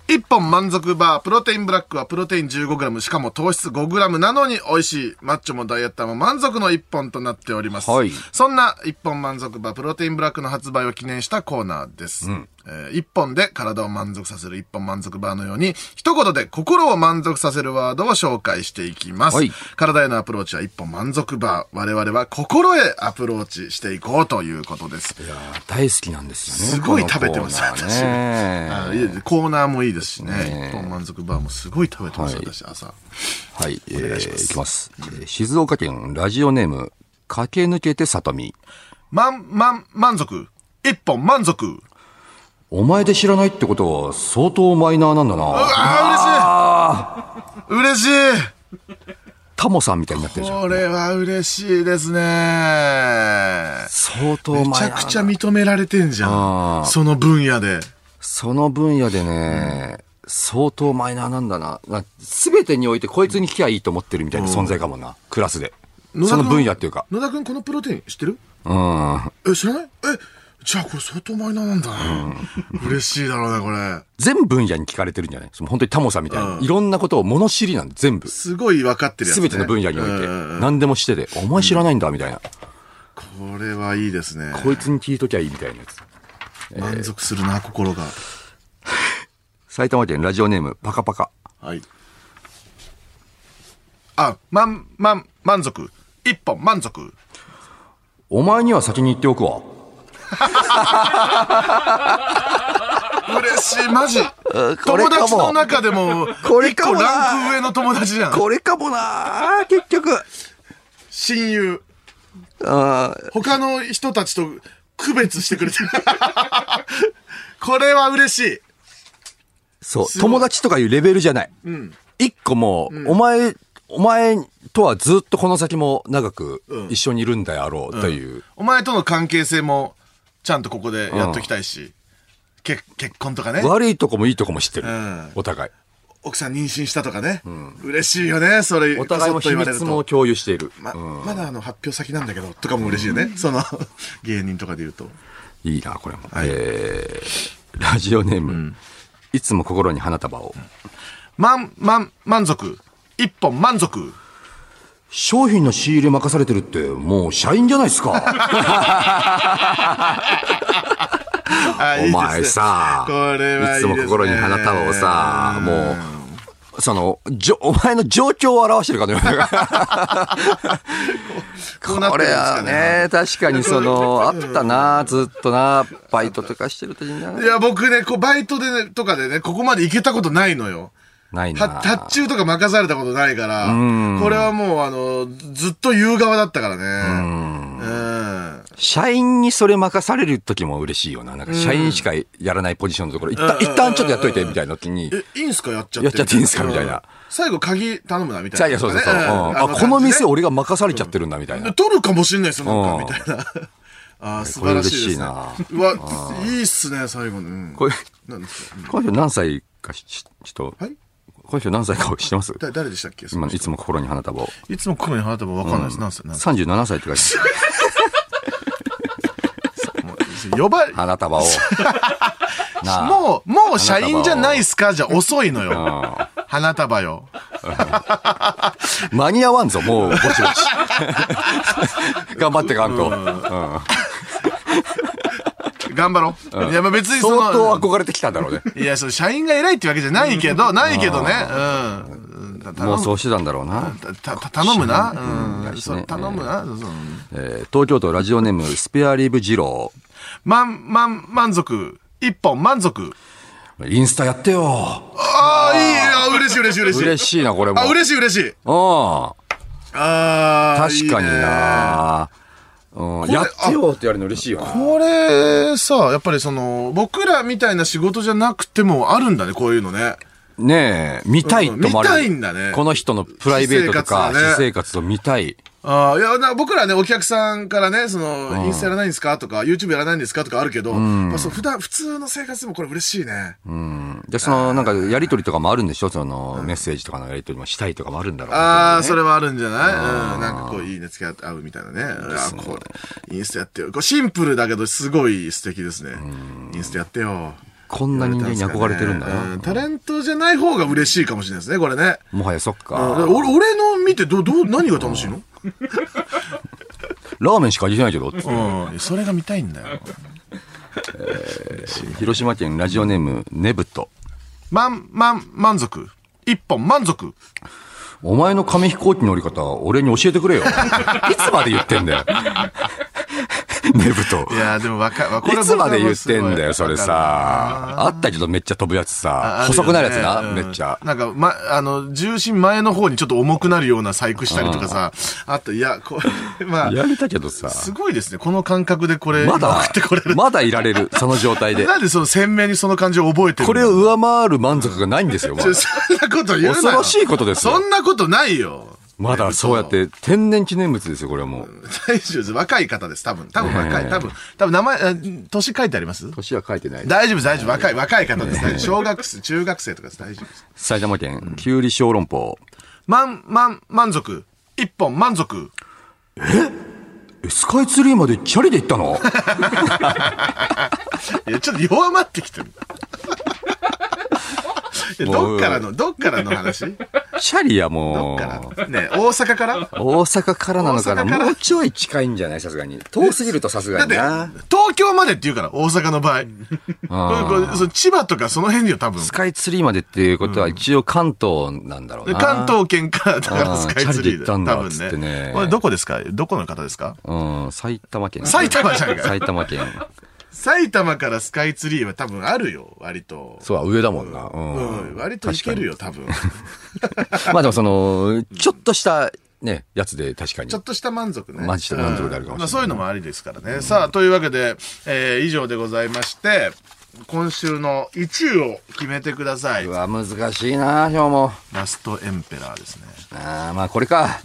S1: 一本満足バープロテインブラックはプロテイン 15g しかも糖質 5g なのに美味しいマッチョもダイエッターも満足の一本となっております、
S3: はい
S1: そんな一本満足バープロテインブラックの発売を記念したコーナーです、えー一本で体を満足させる一本満足バーのように一言で心を満足させるワードを紹介していきます、
S3: はい
S1: 体へのアプローチは一本満足バー我々は心へアプローチしていこうということです
S3: いやー大好きなんですよね。
S1: すごい
S3: このコーナー
S1: 食べてます私
S3: ね
S1: あいやコーナーもいいですしね。一本満足バーもすごい食べてます、
S3: はい
S1: 私、
S3: は
S1: 朝。
S3: い、え
S1: 願いします
S3: ー、いきます。えー静岡県ラジオネーム、駆け抜けてさとみ。
S1: 満、満、満足。一本満足。
S3: お前で知らないってことは相当マイナーなんだな。
S1: ああ、嬉しい嬉しい
S3: タモさんみたいになってるじゃん。
S1: これは嬉しいですね。
S3: 相当マイ
S1: め
S3: ナ
S1: ち
S3: ー
S1: ゃくちゃ認められてんじゃ
S3: あ
S1: ん。
S3: ー
S1: その分野で。
S3: その分野でね、相当マイナーなんだな。すべてにおいてこいつに聞きゃいいと思ってるみたいな存在かもな。クラスで。
S1: 野田
S3: そ
S1: 君
S3: の分野っていうか。
S1: 野田くん、このプロテイン知ってる
S3: うん。
S1: え、知らないえ、じゃあこれ相当マイナーなん
S3: (laughs)
S1: だね。嬉しいだろうね、これ。
S3: 全分野に聞かれてるんじゃないその本当にタモさんみたいな。いろんなことを物知りなんで、全部。す
S1: すごい分かってるやつ、ね。
S3: べての分野において
S1: うんうんう。ん
S3: 何でもしてて。お前知らないんだ、みたいな。
S1: これはいいですね。
S3: こいつに聞いときゃいいみたいなやつ。
S1: 満足するな、心が。
S3: 埼玉県ラジオネーム、パカパカ。
S1: はい。あ、まん、まん、満足。一本満足。
S3: お前には先に言っておくわ。
S1: 嬉しい、マジ。
S3: これ
S1: 友
S3: かも
S1: 達の中でも、
S3: これか
S1: 一
S3: も
S1: 個
S3: な
S1: ランク上の友達じゃん。
S3: これかもな結局。
S1: 親友。
S3: あ
S1: 他の人たちと区別してくれてる。 (laughs) これは嬉しい。
S3: そう。友達とかいうレベルじゃない。一個もう、お前、お前とはずっとこの先も長く一緒にいるんだろうという。
S1: お前との関係性も、ちゃんとここでやっときたいし、結結婚とかね、
S3: 悪いとこもいいとこも知ってる。
S1: ん
S3: お互い。
S1: 奥さん妊娠したとかね、嬉しいよね、それ、
S3: お互いも
S1: こそ
S3: 秘
S1: っと言われる
S3: 密
S1: と
S3: も共有している。
S1: ま、まだあの発表先なんだけど、とかも嬉しいよね。その、 (laughs) 芸人とかで言うと。
S3: いいな、これも。
S1: い
S3: えー、ラジオネーム、いつも心に花束を。
S1: 満、満、満足。一本満足。
S3: 商品の仕入れ任されてるって、もう社員じゃないですか。
S1: (laughs) あ
S3: お前さ、
S1: いいですねこれはいいい
S3: つ
S1: ですね
S3: も心に花束をさ、もう、その、じょ、お前の状況を表してるかのような。
S1: こうなって
S3: こ
S1: る
S3: れ
S1: んです
S3: は
S1: かね。。
S3: ね、確かにその、あったな、ずっとな、バイトとかしてる時にない
S1: や、僕ね、こう、バイトでね、とかでね、ここまで行けたことないのよ。
S3: ない
S1: は
S3: な。
S1: 発注とか任されたことないから、これはもう、あの、ずっと言う側だったからね。うん。
S3: 社員にそれ任される時も嬉しいよな。なんか社員しかやらないポジションのところ、一旦、一旦ちょっとやっといてみたいな時に。
S1: え、いいんすかやっちゃって。
S3: やっちゃっていいんすかみたいな
S1: うん。最後、鍵頼むな、みた
S3: じゃあ
S1: い
S3: いや、
S1: なと
S3: そう
S1: か
S3: そ
S1: ね。
S3: うそう。うんあ、
S1: うん
S3: この店
S1: 感
S3: 俺が任されちゃってるんだみたい
S1: じね
S3: な。
S1: 取るかもしんないですよ、なんか、みたいな。ああ、素
S3: これ
S1: 晴ら
S3: 嬉
S1: しい
S3: し
S1: で
S3: い
S1: す、ね。
S3: な。
S1: うわ、いいっすね、最後の。うん、
S3: これ、
S1: なんですか、うん
S3: この人何歳かし、し人、
S1: はい
S3: この人何歳か知って (laughs) ます
S1: だ誰でしたっけ
S3: 今いつも心に花束を。
S1: いつもここに花束わかんないです。なんすなんす
S3: 37歳って書いてある。
S1: もう呼ば、
S3: 花束 (laughs) を。なあ
S1: もう、もう社員じゃないっすかじゃ遅いのよ。花束よ。
S3: 間に合わんぞ、もう、ぼち (laughs) ぼち。頑張ってかんと。うん
S1: 頑張ろう。いや、まあ別にその、
S3: 相当憧れてきたんだろうね。
S1: いや、その社員が偉いってわけじゃないけど、ないけどね。うん。た
S3: も
S1: 頼
S3: う
S1: む
S3: そうしてたんだろうな。
S1: たた頼むな。
S3: うん
S1: うん。そう
S3: ね
S1: 頼むな。そうそう
S3: えー東京都ラジオネーム、スペアリブ二郎。
S1: 満、満、満足。一本満足。
S3: インスタやってよ。
S1: ああ、いい。あ嬉しい嬉しい嬉しい。
S3: 嬉しいな、これも。
S1: あ、嬉しい嬉しい。
S3: うん。
S1: ああ。
S3: 確かに
S1: いいね
S3: な。うん、
S1: れ
S3: やってよって言われるの嬉しいよな。
S1: これさ、やっぱりその、僕らみたいな仕事じゃなくてもあるんだね、こういうのね。
S3: ねえ、見たいと思われる。
S1: うん見たいんだね
S3: この人のプライベートとか、
S1: 私生活だね
S3: 私生活を見たい。
S1: ああ、いや、な僕らね、お客さんからね、その、インスタやらないんですかとか、YouTube やらないんですかとかあるけど、まあ、そう普段、普通の生活でもこれ嬉しいね。
S3: うん。で、その、なんか、やりとりとかもあるんでしょその、メッセージとかのやりとりもしたいとかもあるんだろうね
S1: ああ、それはあるんじゃないうん。なんかこう、いいね、付き合って合うみたいなね。ああ、こう、インスタやってよ。こうシンプルだけど、すごい素敵ですね。インスタやってよ。
S3: こんな人間に憧れてるんだ
S1: う
S3: な。
S1: タレントじゃない方が嬉しいかもしれないですね、これね。
S3: もはやそっか。
S1: うん俺俺の見てど、どう、何が楽しいの
S3: ラーメンしか味しないけど。
S1: うん。それが見たいんだよ。
S3: 広島県ラジオネーム、ネブト。
S1: 満、満、満足。一本満足。
S3: お前の紙飛行機乗り方、俺に教えてく
S1: (laughs)
S3: れよ。いつまで言ってんだよ。ネブト。
S1: いやーでもわか、わこれ
S3: い
S1: は
S3: つ
S1: 僕
S3: ま
S1: は
S3: で
S1: も
S3: 言
S1: う
S3: っ
S1: すごい
S3: てんだよ、それさ。あったけどめっちゃ飛ぶやつさ。細くなるやつ
S1: ある
S3: な、
S1: よ
S3: め
S1: ね
S3: っちゃ
S1: うん。なんか、ま、あの、重心前の方にちょっと重くなるような細工したりとかさ、あと、いや、これ、 (laughs) まあ、
S3: やめたけどさ。
S1: すごいですね。この感覚でこれ、
S3: ま
S1: 今
S3: だ
S1: 送ってこれ、る。
S3: まだいられる、その状態で。
S1: (laughs) なんでその鮮明にその感じを覚えてるの
S3: これを上回る満足がないんですよ、ま
S1: ちょ
S3: だ。
S1: (laughs) そんなこと言うなよ
S3: 恐ろしいことですよ
S1: そんなことないよ。
S3: まだそうやっ。て、天然記念物ですよ、これはもう。
S1: 大丈夫です。若い方です。多分。多分若い。多分。多分名前、あ年書いてあります
S3: 年は書いてない。
S1: 大丈夫です、大丈夫。若い、若い方です。大丈夫小学生、中学生とかです。大丈夫です。
S3: 埼玉県、きゅうり小籠包。
S1: 満、満、満足。一本満足。
S3: えスカイツリーまでチャリで行った
S1: (laughs)
S3: の
S1: いや、ちょっと弱まって
S3: (laughs)
S1: きてる。いやどっからの、どっからの話
S3: チャリや
S1: ど
S3: も
S1: っから
S3: う。
S1: ね大阪から
S3: 大阪からなのかな
S1: 大阪から
S3: もうちょい近いんじゃないさすがに。遠すぎるとさすが
S1: だっ
S3: に
S1: て
S3: な。、
S1: 東京までって言うから、大阪の場合。これこれその千葉とかその辺よ、多分
S3: ス。カイツリーまでっていうことは一応関東なんだろう
S1: で
S3: な。
S1: 関東圏から、だから
S3: あー
S1: スカイツリー
S3: チャリで行
S1: で、多
S3: ったんだ
S1: 分
S3: つってね
S1: ね。これどこですかどこの方ですか
S3: うん、埼玉県。
S1: 埼玉じゃんか
S3: 埼玉
S1: (laughs)
S3: 県。
S1: 埼玉からスカイツリーは多分あるよ、割と。
S3: そうは上だもんな。
S1: う
S3: うん。
S1: ん、割といけるよ、多分。
S3: まあでもその、ちょっとした、ね、やつで確かに
S1: ちょ。っとした満足ね。
S3: まあちょっと満足であるかもしれない。
S1: うんまあそういうのもありですからね。さあ、というわけで、えー以上でございまして、今週の1位を決めてくださいう
S3: わ、難しいな、今日も。
S1: ラストエンペラーですね。
S3: あーまあこれか。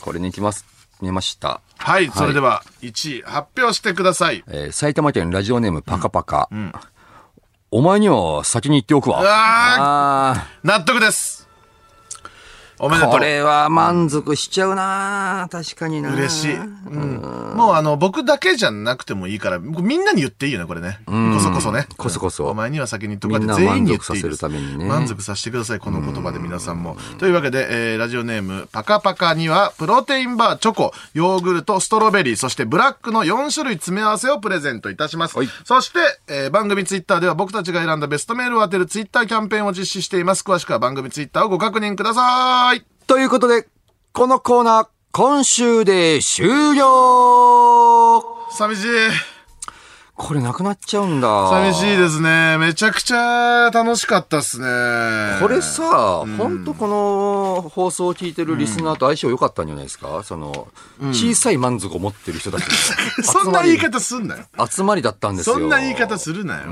S3: これに行きます。見ました。
S1: はい、それでは1位発表してください。
S3: えー埼玉県ラジオネームパカパカ。お前には先に言っておくわ。あ
S1: 納得ですおめで
S3: ー
S1: と
S3: こ
S1: う。
S3: れは満足しちゃうな確かにな
S1: 嬉しい。うん。もうあの、僕だけじゃなくてもいいから、みんなに言っていいよね、これね。こそこそね。
S3: こそこそ
S1: お前には先に言っと
S3: み
S1: く
S3: ん
S1: か
S3: な
S1: っ
S3: を
S1: て全員に言っていいで
S3: 満足させ
S1: す
S3: るためにね
S1: 満足させてください、この言葉で皆さんも。というわけで、えーラジオネーム、パカパカには、プロテインバー、チョコ、ヨーグルト、ストロベリー、そしてブラックの4種類詰め合わせをプレゼントいたします。
S3: はい
S1: そして、えー番組ツイッターでは僕たちが選んだベストメールを当てるツイッターキャンペーンを実施しています。詳しくは番組ツイッターをご確認ください。
S3: ということで、このコーナー、今週で終了
S1: 寂しい。
S3: これなくなっちゃうんだ。
S1: 寂しいですね。めちゃくちゃ楽しかったっすね。
S3: これさ、ほんとこの放送を聞いてるリスナーと相性良かったんじゃないですか、その、小さい満足を持ってる人たちの
S1: (laughs) そんな言い方すんなよ。
S3: 集まりだったんですよ。
S1: そんな言い方するなよ。い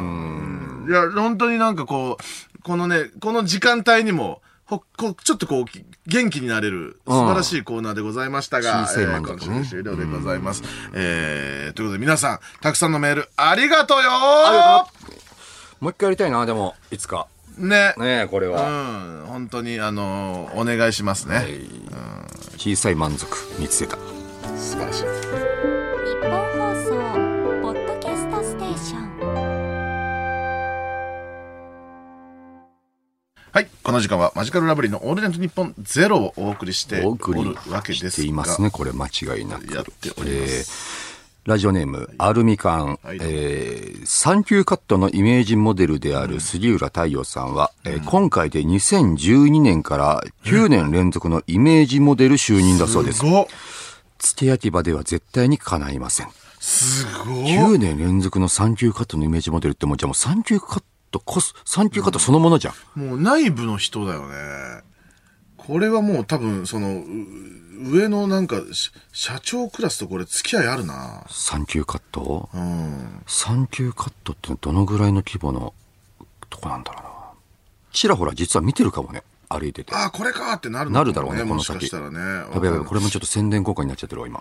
S1: や、本当になんかこう、このね、この時間帯にも、ほこうちょっとこう、き元気になれる、素晴らしいコーナーでございましたが、
S3: 人生満
S1: えー
S3: 足ね
S1: 今週の終了でございます。えー、ということで皆さん、たくさんのメール、ありがとうよ
S3: もう一回やりたいな、でも、いつか。
S1: ね。
S3: ねえ、これ
S1: う
S3: は。
S1: ん、本当に、あのーお願いしますね。
S3: 小さい満足、見つけた。
S1: 素晴らしい。
S2: 日本放送ポッドキャストステーション
S1: はい。この時間はマジカルラブリーのオールナイトニッポンゼロをお送りして
S3: お
S1: お
S3: 送り
S1: るわけです
S3: しています
S1: が
S3: ね、これ間違いなく。
S1: やっておりま
S3: え
S1: す。
S3: ーラジオネーム、アルミカン、
S1: はい
S3: えーサンキューカットのイメージモデルである杉浦太陽さんは、えー今回で2012年から9年連続のイメージモデル就任だそうです
S1: す。ごっ
S3: 付け焼き場では絶対に叶いません。
S1: すごっ
S3: 9年連続のサンキューカットのイメージモデルってもうじゃあもうサンキューカットこそ、サンキューカットそのものじゃん。
S1: もう内部の人だよね。これはもう多分、その、う上のなんか、し社長クラスとこれ付き合いあるな。
S3: サンキューカット
S1: うん。
S3: サンキューカットってどのぐらいの規模のとこなんだろうな。ちらほら実は見てるかもね、歩いてて。
S1: ああ、これかーってなるの
S3: な
S1: かも
S3: るだろうね、こ
S1: も
S3: の
S1: しか
S3: 先。
S1: したらね。
S3: やべやべ、これもちょっと宣伝効果になっちゃってるわ、今。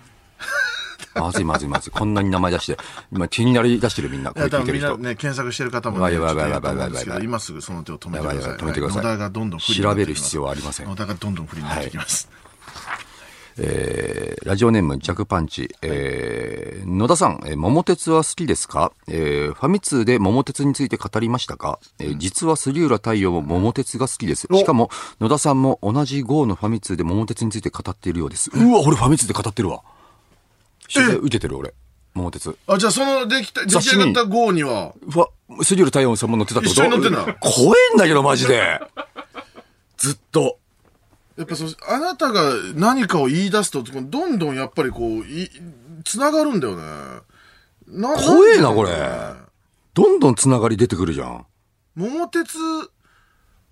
S3: まずいまずいまずい。こんなに名前出して、今気になり出してるみんな、
S1: い
S3: これ
S1: や、多
S3: 聞いてる
S1: 分みんな
S3: 人。
S1: ね、検索してる方も
S3: わ
S1: ね、
S3: い
S1: ち
S3: わい
S1: ょっと
S3: わい
S1: い
S3: わい
S1: ると
S3: わい
S1: 思
S3: わいわいわい
S1: うんですけど、今すぐその手を止め
S3: や
S1: て
S3: ばい
S1: く
S3: や
S1: だ
S3: ば
S1: さ
S3: い、止
S1: い。
S3: めてください。
S1: 野田がどんどん不利にな
S3: 調
S1: って
S3: べ
S1: い
S3: る
S1: きます
S3: 必要はありません。
S1: 野田がどんどん不利になってきます。
S3: えーラジオネーム、ジャクパンチ。えー野田さん、えー桃鉄は好きですかえーファミ通で桃鉄について語りましたか、えー実は杉浦太陽も桃鉄が好きです。
S1: お
S3: しかも、野田さんも同じ号のファミ通で桃鉄について語っているようです。うわ、俺ファミ通で語ってるわ。取材受けてる俺。桃鉄。
S1: あ、じゃあその出来た、出
S3: 雑
S1: 来
S3: 誌
S1: 上
S3: に
S1: がった号には、
S3: うわ、杉浦太陽さんも乗ってたってこと
S1: 一緒に乗ってんだ
S3: 怖えんだけど、マジで。 (laughs) ずっと。
S1: やっぱそう、あなたが何かを言い出すと、どんどんやっぱりこう、い、繋がるんだよね。な
S3: 怖えな、これ
S1: んでだろうね。
S3: どんどんつながり出てくるじゃん。
S1: 桃鉄、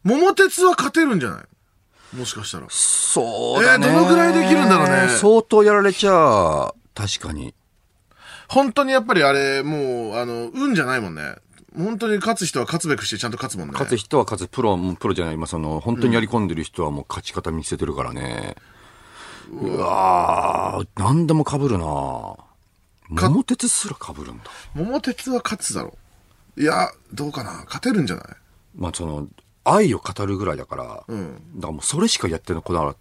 S1: 桃鉄は勝てるんじゃないもしかしたら。
S3: そうだね。
S1: えーどのぐらいできるんだろうね
S3: 相当やられちゃ、確かに。
S1: 本当にやっぱりあれ、もう、あの、運じゃないもんね。本当に勝つ人は勝つべくしてちゃんと勝つもんね。
S3: 勝つ人は勝つ、プロも、プロじゃない、今その、本当にやり込んでる人はもう勝ち方見せてるからね。うわー、何でも被るな桃鉄すら被るんだ。
S1: 桃鉄は勝つだろう。いや、どうかな。勝てるんじゃない
S3: まあその、愛を語るぐらいだから、
S1: ん
S3: だからもうそれしかやってこな、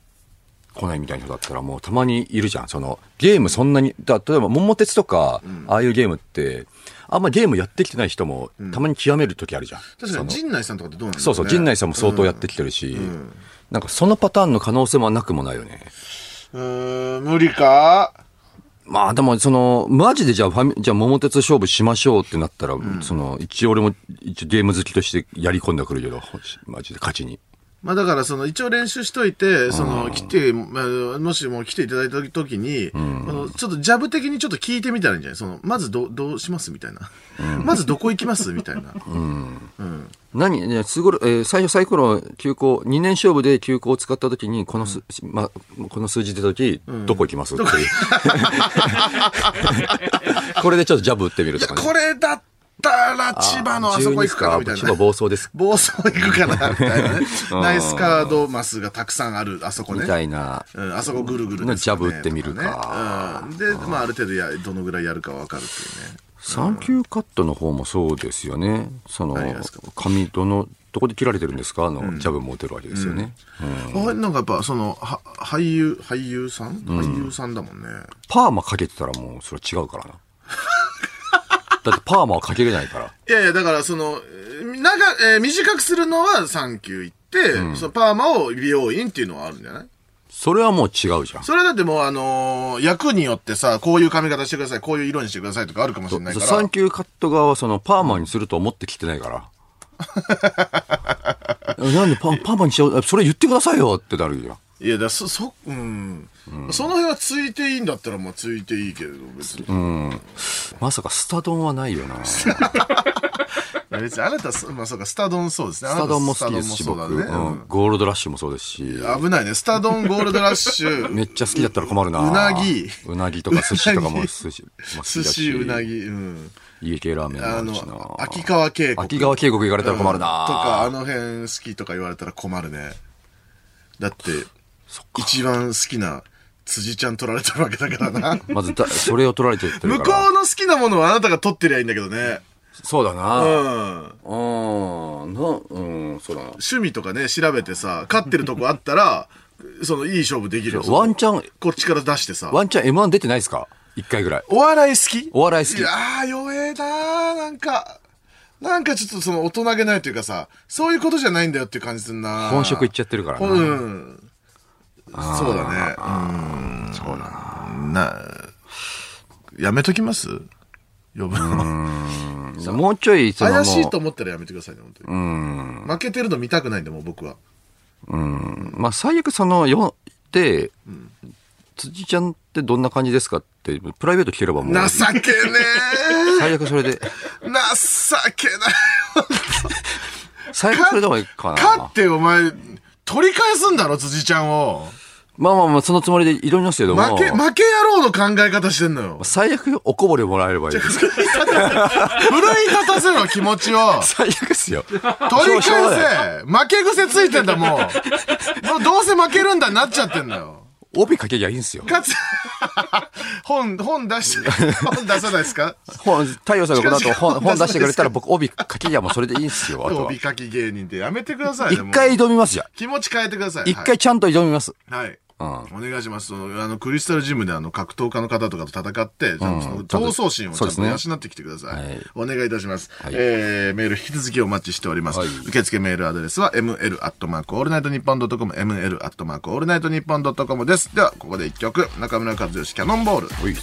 S3: 来ないみたいな人だったらもうたまにいるじゃん。その、ゲームそんなに、だ例えば桃鉄とか、ああいうゲームって、あんまゲームやってきてない人も、たまに極める時あるじゃん。
S1: 確かに
S3: その
S1: 陣内さんとかってどうなんだろね
S3: そうそう、陣内さんも相当やってきてるし、なんかそのパターンの可能性もなくもないよね。
S1: うーん、無理か
S3: まあでも、その、マジでじゃあファミ、じゃあ桃鉄勝負しましょうってなったら、その、一応俺も、一応ゲーム好きとしてやり込んではくるけど、ほしマジで勝ちに。
S1: まあだからその一応練習しといて、その来て、まあもしも来ていただいたときに、あのちょっとジャブ的にちょっと聞いてみたらいいんじゃないその、まずど、どうしますみたいな。まずどこ行きます
S3: (laughs)
S1: みたいな。
S3: 何ねすごろえー最初サイコロ休校2年勝負で休校を使った時にこのす、ま、この数字出た時、どこ行きますっていう (laughs) これでちょっとジャブ打ってみるとか、ね、
S1: これだったら千葉のあそこ行くかなみたい
S3: 12千葉
S1: な。
S3: 暴走です
S1: 暴走行くかなみたいなね
S3: (laughs) うん
S1: ナイスカードマスがたくさんある、あそこ
S3: み
S1: ね。
S3: たいな、
S1: うん、あそこぐるぐるですよ
S3: ジャブ
S1: ね
S3: 打ってみるか
S1: とねうん、で、まあある程度や、どのぐらいやるかわかるっていうね。
S3: サンキューカットの方もそうですよねその
S1: 何がですか
S3: 髪どのどこで切られてるんですかあの、ジャブも打てるわけですよね、うん
S1: あなんかやっぱそのは俳優俳優さん俳優さんだもんね、
S3: パーマかけてたらもうそれは違うからなだってパーマはかけれないから
S1: いやいやだからそのえー長、えー短くするのは産休行って、そのパーマを美容院っていうのはあるんじゃない
S3: それはもう違うじゃん
S1: それだってもうあのー役によってさこういう髪型してくださいこういう色にしてくださいとかあるかもしれないから
S3: サンキューカット側はそのパーマにすると思って切ってない
S1: (laughs)
S3: から。なんでパパーマにしよう、それ言ってくださいよってなるじゃん。
S1: いやだからそそうん、その辺はついていいんだったらもうついていいけれど別に、
S3: まさかスタドンはない
S1: (laughs)
S3: よな。ス
S1: 別にあなたそまあそうかスタドンそうですね
S3: タドンも好きですし、
S1: スタド
S3: 僕、
S1: ンも
S3: う
S1: そうだね、うん
S3: ん、ゴールドラッシュもそうですし、
S1: 危ないねスタドンゴールドラッ
S3: (laughs)
S1: シュ
S3: めっちゃ好きだったら困るな。
S1: うなぎ
S3: うなぎとか寿司とかも
S1: うなぎ
S3: 寿司、まあ
S1: 寿司うな
S3: ぎ。
S1: ぎうん
S3: 家系ラーメンもあ
S1: あ
S3: るしな
S1: の。秋川渓谷
S3: 秋川渓谷行かれたら困るな。
S1: とかあの辺好きとか言われたら困るねだって、一番好きな辻ちゃん取られてるわけだから
S3: (laughs)
S1: な。
S3: まずだ、それを取られてって
S1: 向
S3: る
S1: こ
S3: から。
S1: うの好きなものはあなたが取ってりゃいいんだけどね。
S3: そうだな。
S1: う。
S3: うんん。な、うん、そうだな。
S1: 趣味とかね、調べてさ、勝ってるとこあったら、その、いい勝負できるよ。
S3: ワンチャン
S1: こっちから出してさ。
S3: ワンチャン M1 出てないですか一回ぐらい。
S1: お笑い好き
S3: お笑い好き
S1: いやー、弱えなー、なんか。なんかちょっとその大人げないというかさ、そういうことじゃないんだよっていう感じすんな。
S3: 本職いっちゃ
S1: ゃ
S3: ってるからな。
S1: うん。そうだね。うん。そうだな。な、やめときます呼ぶ (laughs) の。
S3: もうちょい、その、
S1: 怪しいと
S3: も
S1: 思ったらやめてくださいね、本当に。負けてるの見たくないんで、もう僕は。
S3: うまあ、最悪その、よ、で、辻ちゃんってどんな感じですかって、プライベート聞ければもう、
S1: 情
S3: 最
S1: けね
S3: 悪それで、
S1: え。情けない。
S3: 最 (laughs) 悪それでもいいか
S1: 勝っ
S3: な。
S1: てお前、取り返すんだろ、辻ちゃんを。
S3: まあまあまあ、そのつもりで挑みますけども、
S1: 負け、負け野郎の考え方してんのよ。
S3: 最悪おこぼれもらえれ (laughs) ばいいです。
S1: 奮い立たせろ、気持ち
S3: (laughs)
S1: を。
S3: 最悪っすよ。取
S1: 取り返せ。負け癖ついてんだ、もう。もうどうせ負けるんだ、なっちゃってんだよ。
S3: 帯書けりゃいいん (laughs) すよ。
S1: かつ、 (laughs) 本、本出して、
S3: (laughs)
S1: 本出さないですか
S3: 本、太陽さんがこの後本、本出してくれたら
S1: 出
S3: 僕帯書けりゃもうそれでいいんすよ、あとは。
S1: 帯書き芸人ってやめてくださいね。
S3: 一
S1: もう
S3: 回。挑みますじゃん。
S1: 気持ち変えてください。
S3: 一回ちゃんと挑みます。
S1: はい。はい。
S3: う
S1: お願いします。その、あの、クリスタルジムであの、格闘家の方とかと戦って、ちゃんとその
S3: ちゃんと
S1: 闘争心をちゃん
S3: そ
S1: と
S3: う
S1: 養
S3: で
S1: っ
S3: す
S1: てきてください。
S3: はい
S1: お願いいたします。
S3: はい
S1: えー、メール引き続きお待ちしております。
S3: はい
S1: 受付メールアドレスは、ml アットマークオールナイトニッポンドットコム、ml アットマークオールナイトニッポンドットコムです。では、ここで一曲、中村和義キャノンボール。
S3: おい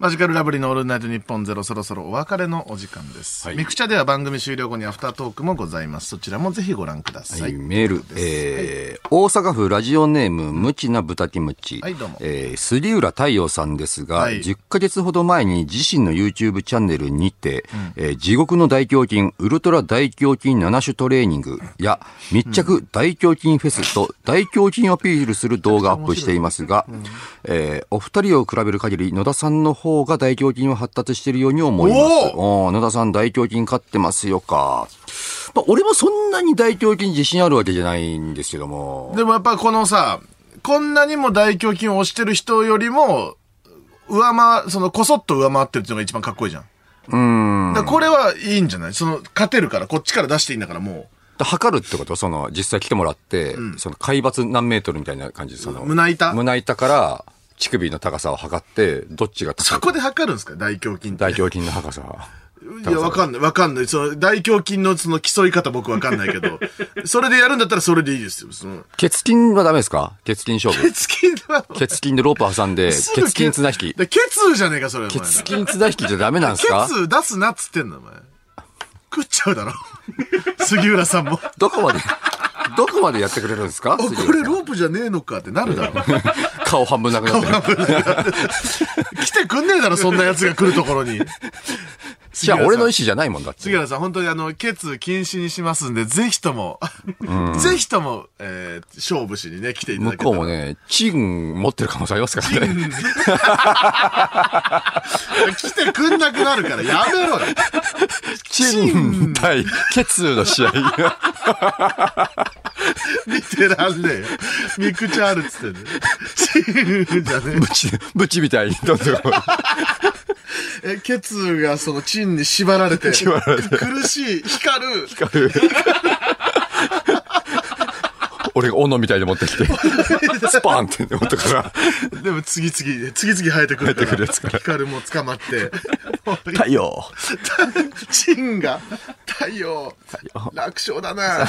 S1: マジカルラブリーのオールナイトニッポンゼロそろそろお別れのお時間です。
S3: はい
S1: ミクチャでは番組終了後にアフタートークもございます。そちらもぜひご覧くださ。
S3: はいい、メール、えー大阪府ラジオネーム、無知な豚キムチ。
S1: はいどうも
S3: えー、杉浦太陽さんですが、
S1: はい
S3: 10ヶ月ほど前に自身の YouTube チャンネルにて、えー地獄の大胸筋、ウルトラ大胸筋7種トレーニングや、密着大胸筋フェスと大胸筋をアピールする動画をアップしていますが、えーお二人を比べる限り、野田さんの方が大胸筋を発達しているように思います。おー野田さん大胸筋勝ってますよか。まあ、俺もそんなに大胸筋自信あるわけじゃないんですけども。
S1: でもやっぱこのさ、こんなにも大胸筋を押してる人よりも、上回、そのこそっと上回ってるっていうのが一番かっこいいじゃん。うん。だからこれはいいんじゃないその、勝てるから、こっちから出していいんだからも
S3: 測るってことその、実際来てもらって、その、海抜何メートルみたいな感じで、その、
S1: 胸板
S3: 胸板から、乳首の高さを測って、どっちが
S1: う、そ
S3: 高い
S1: こで測るんですか大胸筋って。
S3: 大胸筋の高さ。
S1: いや、わかんない、わかんない。その、大胸筋のその競い方僕わかんないけ
S3: (laughs)
S1: ど、それでやるんだったらそれでいいですよ。その、
S3: 血筋はダメですか血筋
S1: (laughs)
S3: 勝負。
S1: 血筋は、
S3: 血筋でロープ挟んで、血筋綱引き。
S1: で血じゃねえか、それ、お前
S3: 血筋綱引きじゃダメなんですか
S1: 血出すなっつってんの、お前。食っちゃうだろ。 (laughs) 杉浦さん
S3: (laughs)
S1: も。
S3: どこまで、どこまでやってくれるんですか
S1: あ、
S3: 杉
S1: これ
S3: 浦
S1: ロープじゃねえのかってなるだろ。
S3: さん顔半分なくなってる。
S1: 来てくんねえだろ、そんな奴が来るところに。
S3: (laughs) じゃあ俺の意思じゃないもんだって。
S1: 杉原さん、本当にあの、ケツ禁止にしますんで、ぜひとも、 (laughs) ぜひとも、えー勝負しにね、来ていた
S3: 向
S1: だけた
S3: こ
S1: ら。
S3: う
S1: (laughs)
S3: もね、チン持ってる可能性ありますからね。
S1: 来てくんなくなるから、やめろよ。
S3: チン対ケツの試合。
S1: 見てらんねえよ。ミクチャールっつってんね。チン
S3: (laughs)
S1: じゃね
S3: ブチ、ブチみたいにどんどん。
S1: え。え、ケツがそのチンに縛られて、
S3: 縛られて
S1: 苦しい、光る。
S3: 俺が斧みたいに持ってきて、スパンって持ってから、
S1: でも次々、次々生えてくるか
S3: 生えて
S1: ら。
S3: くるやつから
S1: 光るも捕ま
S3: (laughs)
S1: って。
S3: 太陽。
S1: チンが、太陽、
S3: (laughs)
S1: 楽勝だな。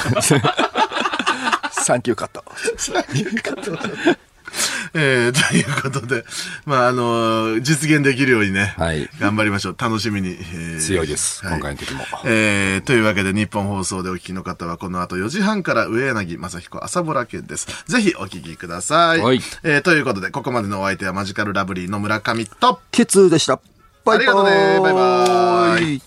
S3: サンキューカット。
S1: (laughs) えー、ということで、まあ、あのー実現できるようにね、
S3: はい
S1: 頑張りましょう。楽しみに。えー
S3: 強いです、
S1: はい
S3: 今回の時も。
S1: えーというわけで日本放送でお聞きの方はこの後4時半から上柳正彦朝ぼら健です。ぜひお聞きください。
S3: はい
S1: えーということでここまでのお相手はマジカルラブリーの村上と
S3: ケツでした。バイバーイ。
S1: ありがとうねバイバーイ